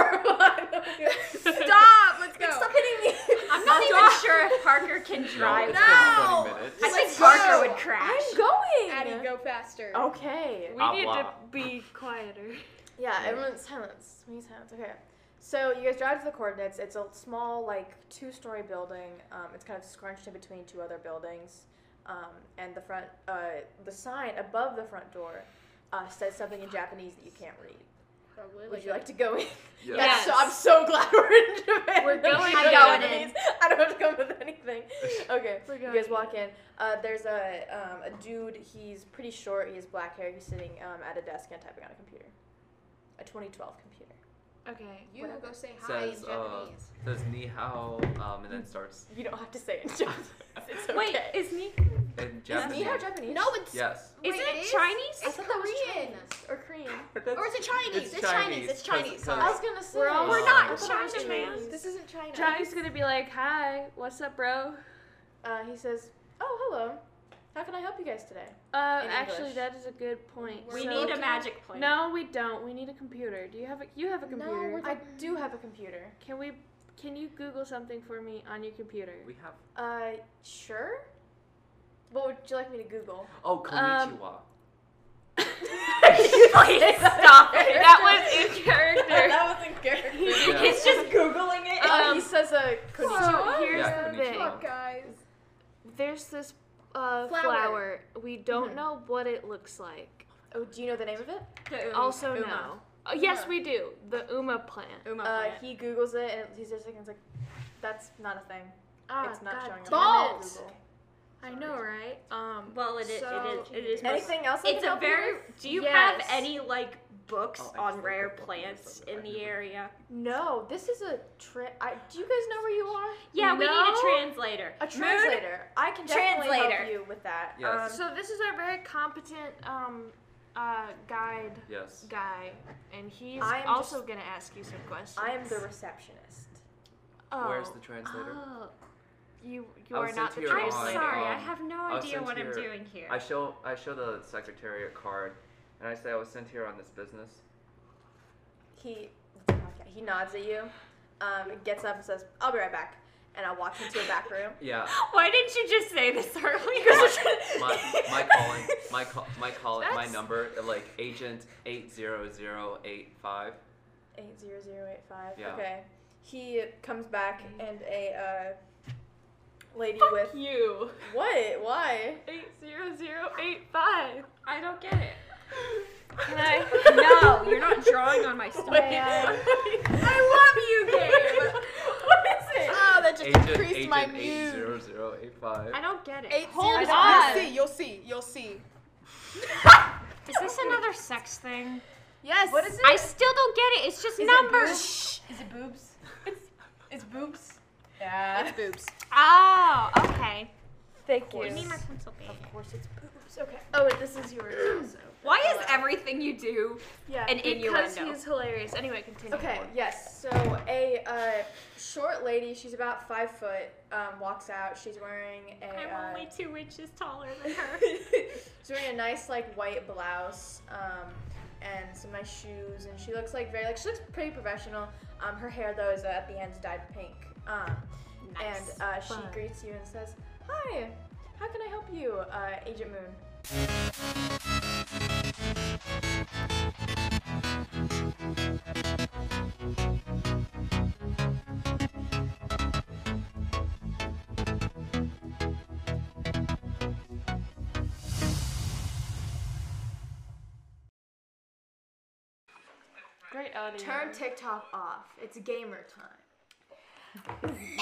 [SPEAKER 3] Stop! Let's go.
[SPEAKER 1] Stop hitting me.
[SPEAKER 4] I'm not even sure if Parker can drive.
[SPEAKER 5] it's
[SPEAKER 4] now.
[SPEAKER 5] been 20
[SPEAKER 3] No!
[SPEAKER 5] minutes.
[SPEAKER 1] (laughs)
[SPEAKER 4] I think
[SPEAKER 3] Let's
[SPEAKER 4] Parker
[SPEAKER 3] go.
[SPEAKER 4] would crash.
[SPEAKER 1] I'm going.
[SPEAKER 3] Addie, go faster.
[SPEAKER 1] Oh. Okay.
[SPEAKER 6] We
[SPEAKER 5] Ah,
[SPEAKER 6] need to
[SPEAKER 5] blah.
[SPEAKER 6] be quieter.
[SPEAKER 1] Yeah, everyone silence. We need silence. Okay. So you guys drive to the coordinates. It's a small, like, two-story building. Um, it's kind of scrunched in between two other buildings. Um, and the front, uh, the sign above the front door uh, says something in Japanese that you can't read.
[SPEAKER 3] Probably
[SPEAKER 1] Would you like to go in?
[SPEAKER 5] Yeah.
[SPEAKER 1] That's So, I'm so glad we're in Japan.
[SPEAKER 6] We're going
[SPEAKER 1] I
[SPEAKER 4] in.
[SPEAKER 1] don't
[SPEAKER 4] Going
[SPEAKER 1] have to- I don't have to come with anything. Okay.
[SPEAKER 6] We're
[SPEAKER 1] You
[SPEAKER 6] going
[SPEAKER 1] guys walk in. Uh, there's a, um, a dude. He's pretty short. He has black hair. He's sitting um, at a desk and typing on a computer. A 2012 computer.
[SPEAKER 6] Okay.
[SPEAKER 3] You
[SPEAKER 1] Whatever.
[SPEAKER 3] go say hi
[SPEAKER 5] Says
[SPEAKER 3] in
[SPEAKER 5] uh,
[SPEAKER 3] Japanese.
[SPEAKER 5] says ni hao, um, and then starts (laughs)
[SPEAKER 1] You don't have to say it in (laughs) Japanese. It's okay.
[SPEAKER 4] Wait, is me?
[SPEAKER 5] in
[SPEAKER 1] Is
[SPEAKER 5] Japanese.
[SPEAKER 1] Nihao Japanese?
[SPEAKER 3] No, it's
[SPEAKER 5] Yes.
[SPEAKER 4] Is
[SPEAKER 3] Wait,
[SPEAKER 4] it
[SPEAKER 3] it is?
[SPEAKER 4] Chinese?
[SPEAKER 3] It's Korean.
[SPEAKER 1] Or Korean.
[SPEAKER 3] Or is it Chinese? It's Chinese. It's Chinese.
[SPEAKER 1] I was
[SPEAKER 3] Sorry.
[SPEAKER 1] gonna say.
[SPEAKER 6] We're all-
[SPEAKER 5] We're
[SPEAKER 4] not
[SPEAKER 1] I thought it was
[SPEAKER 4] China, man.
[SPEAKER 1] Chinese.
[SPEAKER 3] This isn't China.
[SPEAKER 6] Johnny's gonna be like, "Hi, what's up, bro?"
[SPEAKER 1] Uh, he says, "Oh, hello. How can I help you guys today?"
[SPEAKER 6] Uh,
[SPEAKER 1] In
[SPEAKER 6] actually,
[SPEAKER 1] English.
[SPEAKER 6] that is a good point.
[SPEAKER 4] We
[SPEAKER 6] So-
[SPEAKER 4] need a magic plane.
[SPEAKER 6] No, we don't. We need a computer. Do you have a? You have a computer.
[SPEAKER 1] No, I do have a computer.
[SPEAKER 6] Can we? Can you Google something for me on your computer?
[SPEAKER 5] We have.
[SPEAKER 1] Uh, sure. What would you like me to (laughs) Google?
[SPEAKER 5] Oh,
[SPEAKER 6] Um,
[SPEAKER 5] konnichiwa.
[SPEAKER 4] Please stop it.
[SPEAKER 6] that
[SPEAKER 1] (laughs)
[SPEAKER 6] was in character.
[SPEAKER 1] that was in character.
[SPEAKER 5] Yeah.
[SPEAKER 4] He's just googling it.
[SPEAKER 1] Uh, he says a
[SPEAKER 6] So
[SPEAKER 1] konnichiwa.
[SPEAKER 6] here's
[SPEAKER 5] Yeah,
[SPEAKER 6] the
[SPEAKER 5] konnichiwa.
[SPEAKER 6] thing.
[SPEAKER 5] Fuck,
[SPEAKER 3] guys.
[SPEAKER 6] There's this uh,
[SPEAKER 3] Flower.
[SPEAKER 6] flower. We don't know what it looks like.
[SPEAKER 1] Oh, do you know the name of it?
[SPEAKER 6] also,
[SPEAKER 1] Uma.
[SPEAKER 6] no. Oh, yes,
[SPEAKER 3] Uma.
[SPEAKER 6] we do. The Uma plant.
[SPEAKER 1] Uh, he Googles it and he's just like, it's like, that's not a thing.
[SPEAKER 6] Ah,
[SPEAKER 1] it's not
[SPEAKER 6] God
[SPEAKER 1] showing up.
[SPEAKER 6] damn
[SPEAKER 1] on
[SPEAKER 6] it.
[SPEAKER 1] Google.
[SPEAKER 6] I know, right? Um.
[SPEAKER 4] well, it is.
[SPEAKER 6] so-
[SPEAKER 4] it is. It is.
[SPEAKER 1] Anything else? I
[SPEAKER 4] It's
[SPEAKER 1] can
[SPEAKER 4] a
[SPEAKER 1] help you
[SPEAKER 4] very.
[SPEAKER 1] with?
[SPEAKER 4] Do you
[SPEAKER 6] Yes.
[SPEAKER 4] have any like books
[SPEAKER 5] Oh, I
[SPEAKER 4] on
[SPEAKER 5] just
[SPEAKER 4] rare
[SPEAKER 5] looked up on
[SPEAKER 4] plants
[SPEAKER 5] Amazon.
[SPEAKER 4] in the area?
[SPEAKER 1] No, this is a trip. Do you guys know where you are?
[SPEAKER 4] Yeah, we need
[SPEAKER 6] No.
[SPEAKER 4] a translator.
[SPEAKER 1] A translator. I can definitely
[SPEAKER 4] Translator.
[SPEAKER 1] help you with that.
[SPEAKER 5] Yes.
[SPEAKER 1] Um,
[SPEAKER 6] So this is our very competent um, uh, guide
[SPEAKER 5] Yes.
[SPEAKER 6] guy, and he's
[SPEAKER 1] I am
[SPEAKER 6] also
[SPEAKER 1] just-
[SPEAKER 6] gonna ask you some questions.
[SPEAKER 1] I am the receptionist.
[SPEAKER 6] Oh.
[SPEAKER 5] Where's the translator?
[SPEAKER 6] Oh. You you
[SPEAKER 5] I
[SPEAKER 6] are
[SPEAKER 5] was
[SPEAKER 6] not the
[SPEAKER 5] sent here
[SPEAKER 4] I'm
[SPEAKER 5] on,
[SPEAKER 6] translator.
[SPEAKER 4] sorry, I
[SPEAKER 5] um,
[SPEAKER 4] have no
[SPEAKER 5] I was
[SPEAKER 4] idea
[SPEAKER 5] sent
[SPEAKER 4] what I'm
[SPEAKER 5] here-
[SPEAKER 4] doing here.
[SPEAKER 5] (laughs) I show I show the secretary a card, and I say I was sent here on this business.
[SPEAKER 1] He he nods at you, um, gets up and says, "I'll be right back."
[SPEAKER 12] and I walked into a back room.
[SPEAKER 5] Yeah.
[SPEAKER 4] Why didn't you just say this earlier?
[SPEAKER 5] my, my
[SPEAKER 1] (laughs)
[SPEAKER 5] calling, my call, my call, my number, like agent eight zero zero eight five.
[SPEAKER 1] Eight zero zero eight five.
[SPEAKER 5] Yeah.
[SPEAKER 1] Okay. He comes back and a uh, lady with
[SPEAKER 9] Mm-hmm. you.
[SPEAKER 1] What?
[SPEAKER 9] (laughs)
[SPEAKER 1] Why?
[SPEAKER 9] Eight zero zero eight five. I don't get it.
[SPEAKER 4] Can I? No, you're not drawing on
[SPEAKER 9] (laughs)
[SPEAKER 4] my story.
[SPEAKER 1] Um,
[SPEAKER 9] I love you, game.
[SPEAKER 1] (laughs) What is it? Oh, that just
[SPEAKER 5] agent
[SPEAKER 1] increased
[SPEAKER 5] agent
[SPEAKER 1] my
[SPEAKER 5] eight
[SPEAKER 1] muse.
[SPEAKER 5] zero zero eight five.
[SPEAKER 4] I don't get it.
[SPEAKER 1] Eight
[SPEAKER 4] Hold
[SPEAKER 1] zero-
[SPEAKER 4] on.
[SPEAKER 1] You'll see. You'll see. You'll see.
[SPEAKER 4] Is this another sex thing?
[SPEAKER 1] Yes.
[SPEAKER 4] What is it? I still don't get it. It's
[SPEAKER 13] Is
[SPEAKER 4] just
[SPEAKER 13] it
[SPEAKER 4] numbers.
[SPEAKER 13] boobs? Is it boobs? It's it's boobs. Yeah.
[SPEAKER 1] It's boobs.
[SPEAKER 4] Oh, okay.
[SPEAKER 1] Thank
[SPEAKER 4] Give me my pencil
[SPEAKER 13] Of course, it's boobs.
[SPEAKER 1] Okay. Oh, and this is yours also.
[SPEAKER 4] Why is everything you do
[SPEAKER 1] Yeah,
[SPEAKER 4] an
[SPEAKER 1] because
[SPEAKER 4] innuendo?
[SPEAKER 1] he's
[SPEAKER 9] hilarious. Anyway, continue.
[SPEAKER 1] Okay, yes. So a uh, short lady, she's about five foot, um, walks out. She's wearing a uh,
[SPEAKER 4] I'm only two inches taller than her.
[SPEAKER 1] (laughs) she's wearing a nice like white blouse um, and some nice shoes, and she looks like very like she looks pretty professional. Um, her hair though is uh, at the end dyed pink. Um,
[SPEAKER 4] Nice.
[SPEAKER 1] And uh, she
[SPEAKER 4] Fun.
[SPEAKER 1] greets you and says, "Hi, how can I help you, uh, Agent Moon?"
[SPEAKER 14] Great audio.
[SPEAKER 1] Turn (laughs) TikTok off. It's gamer time.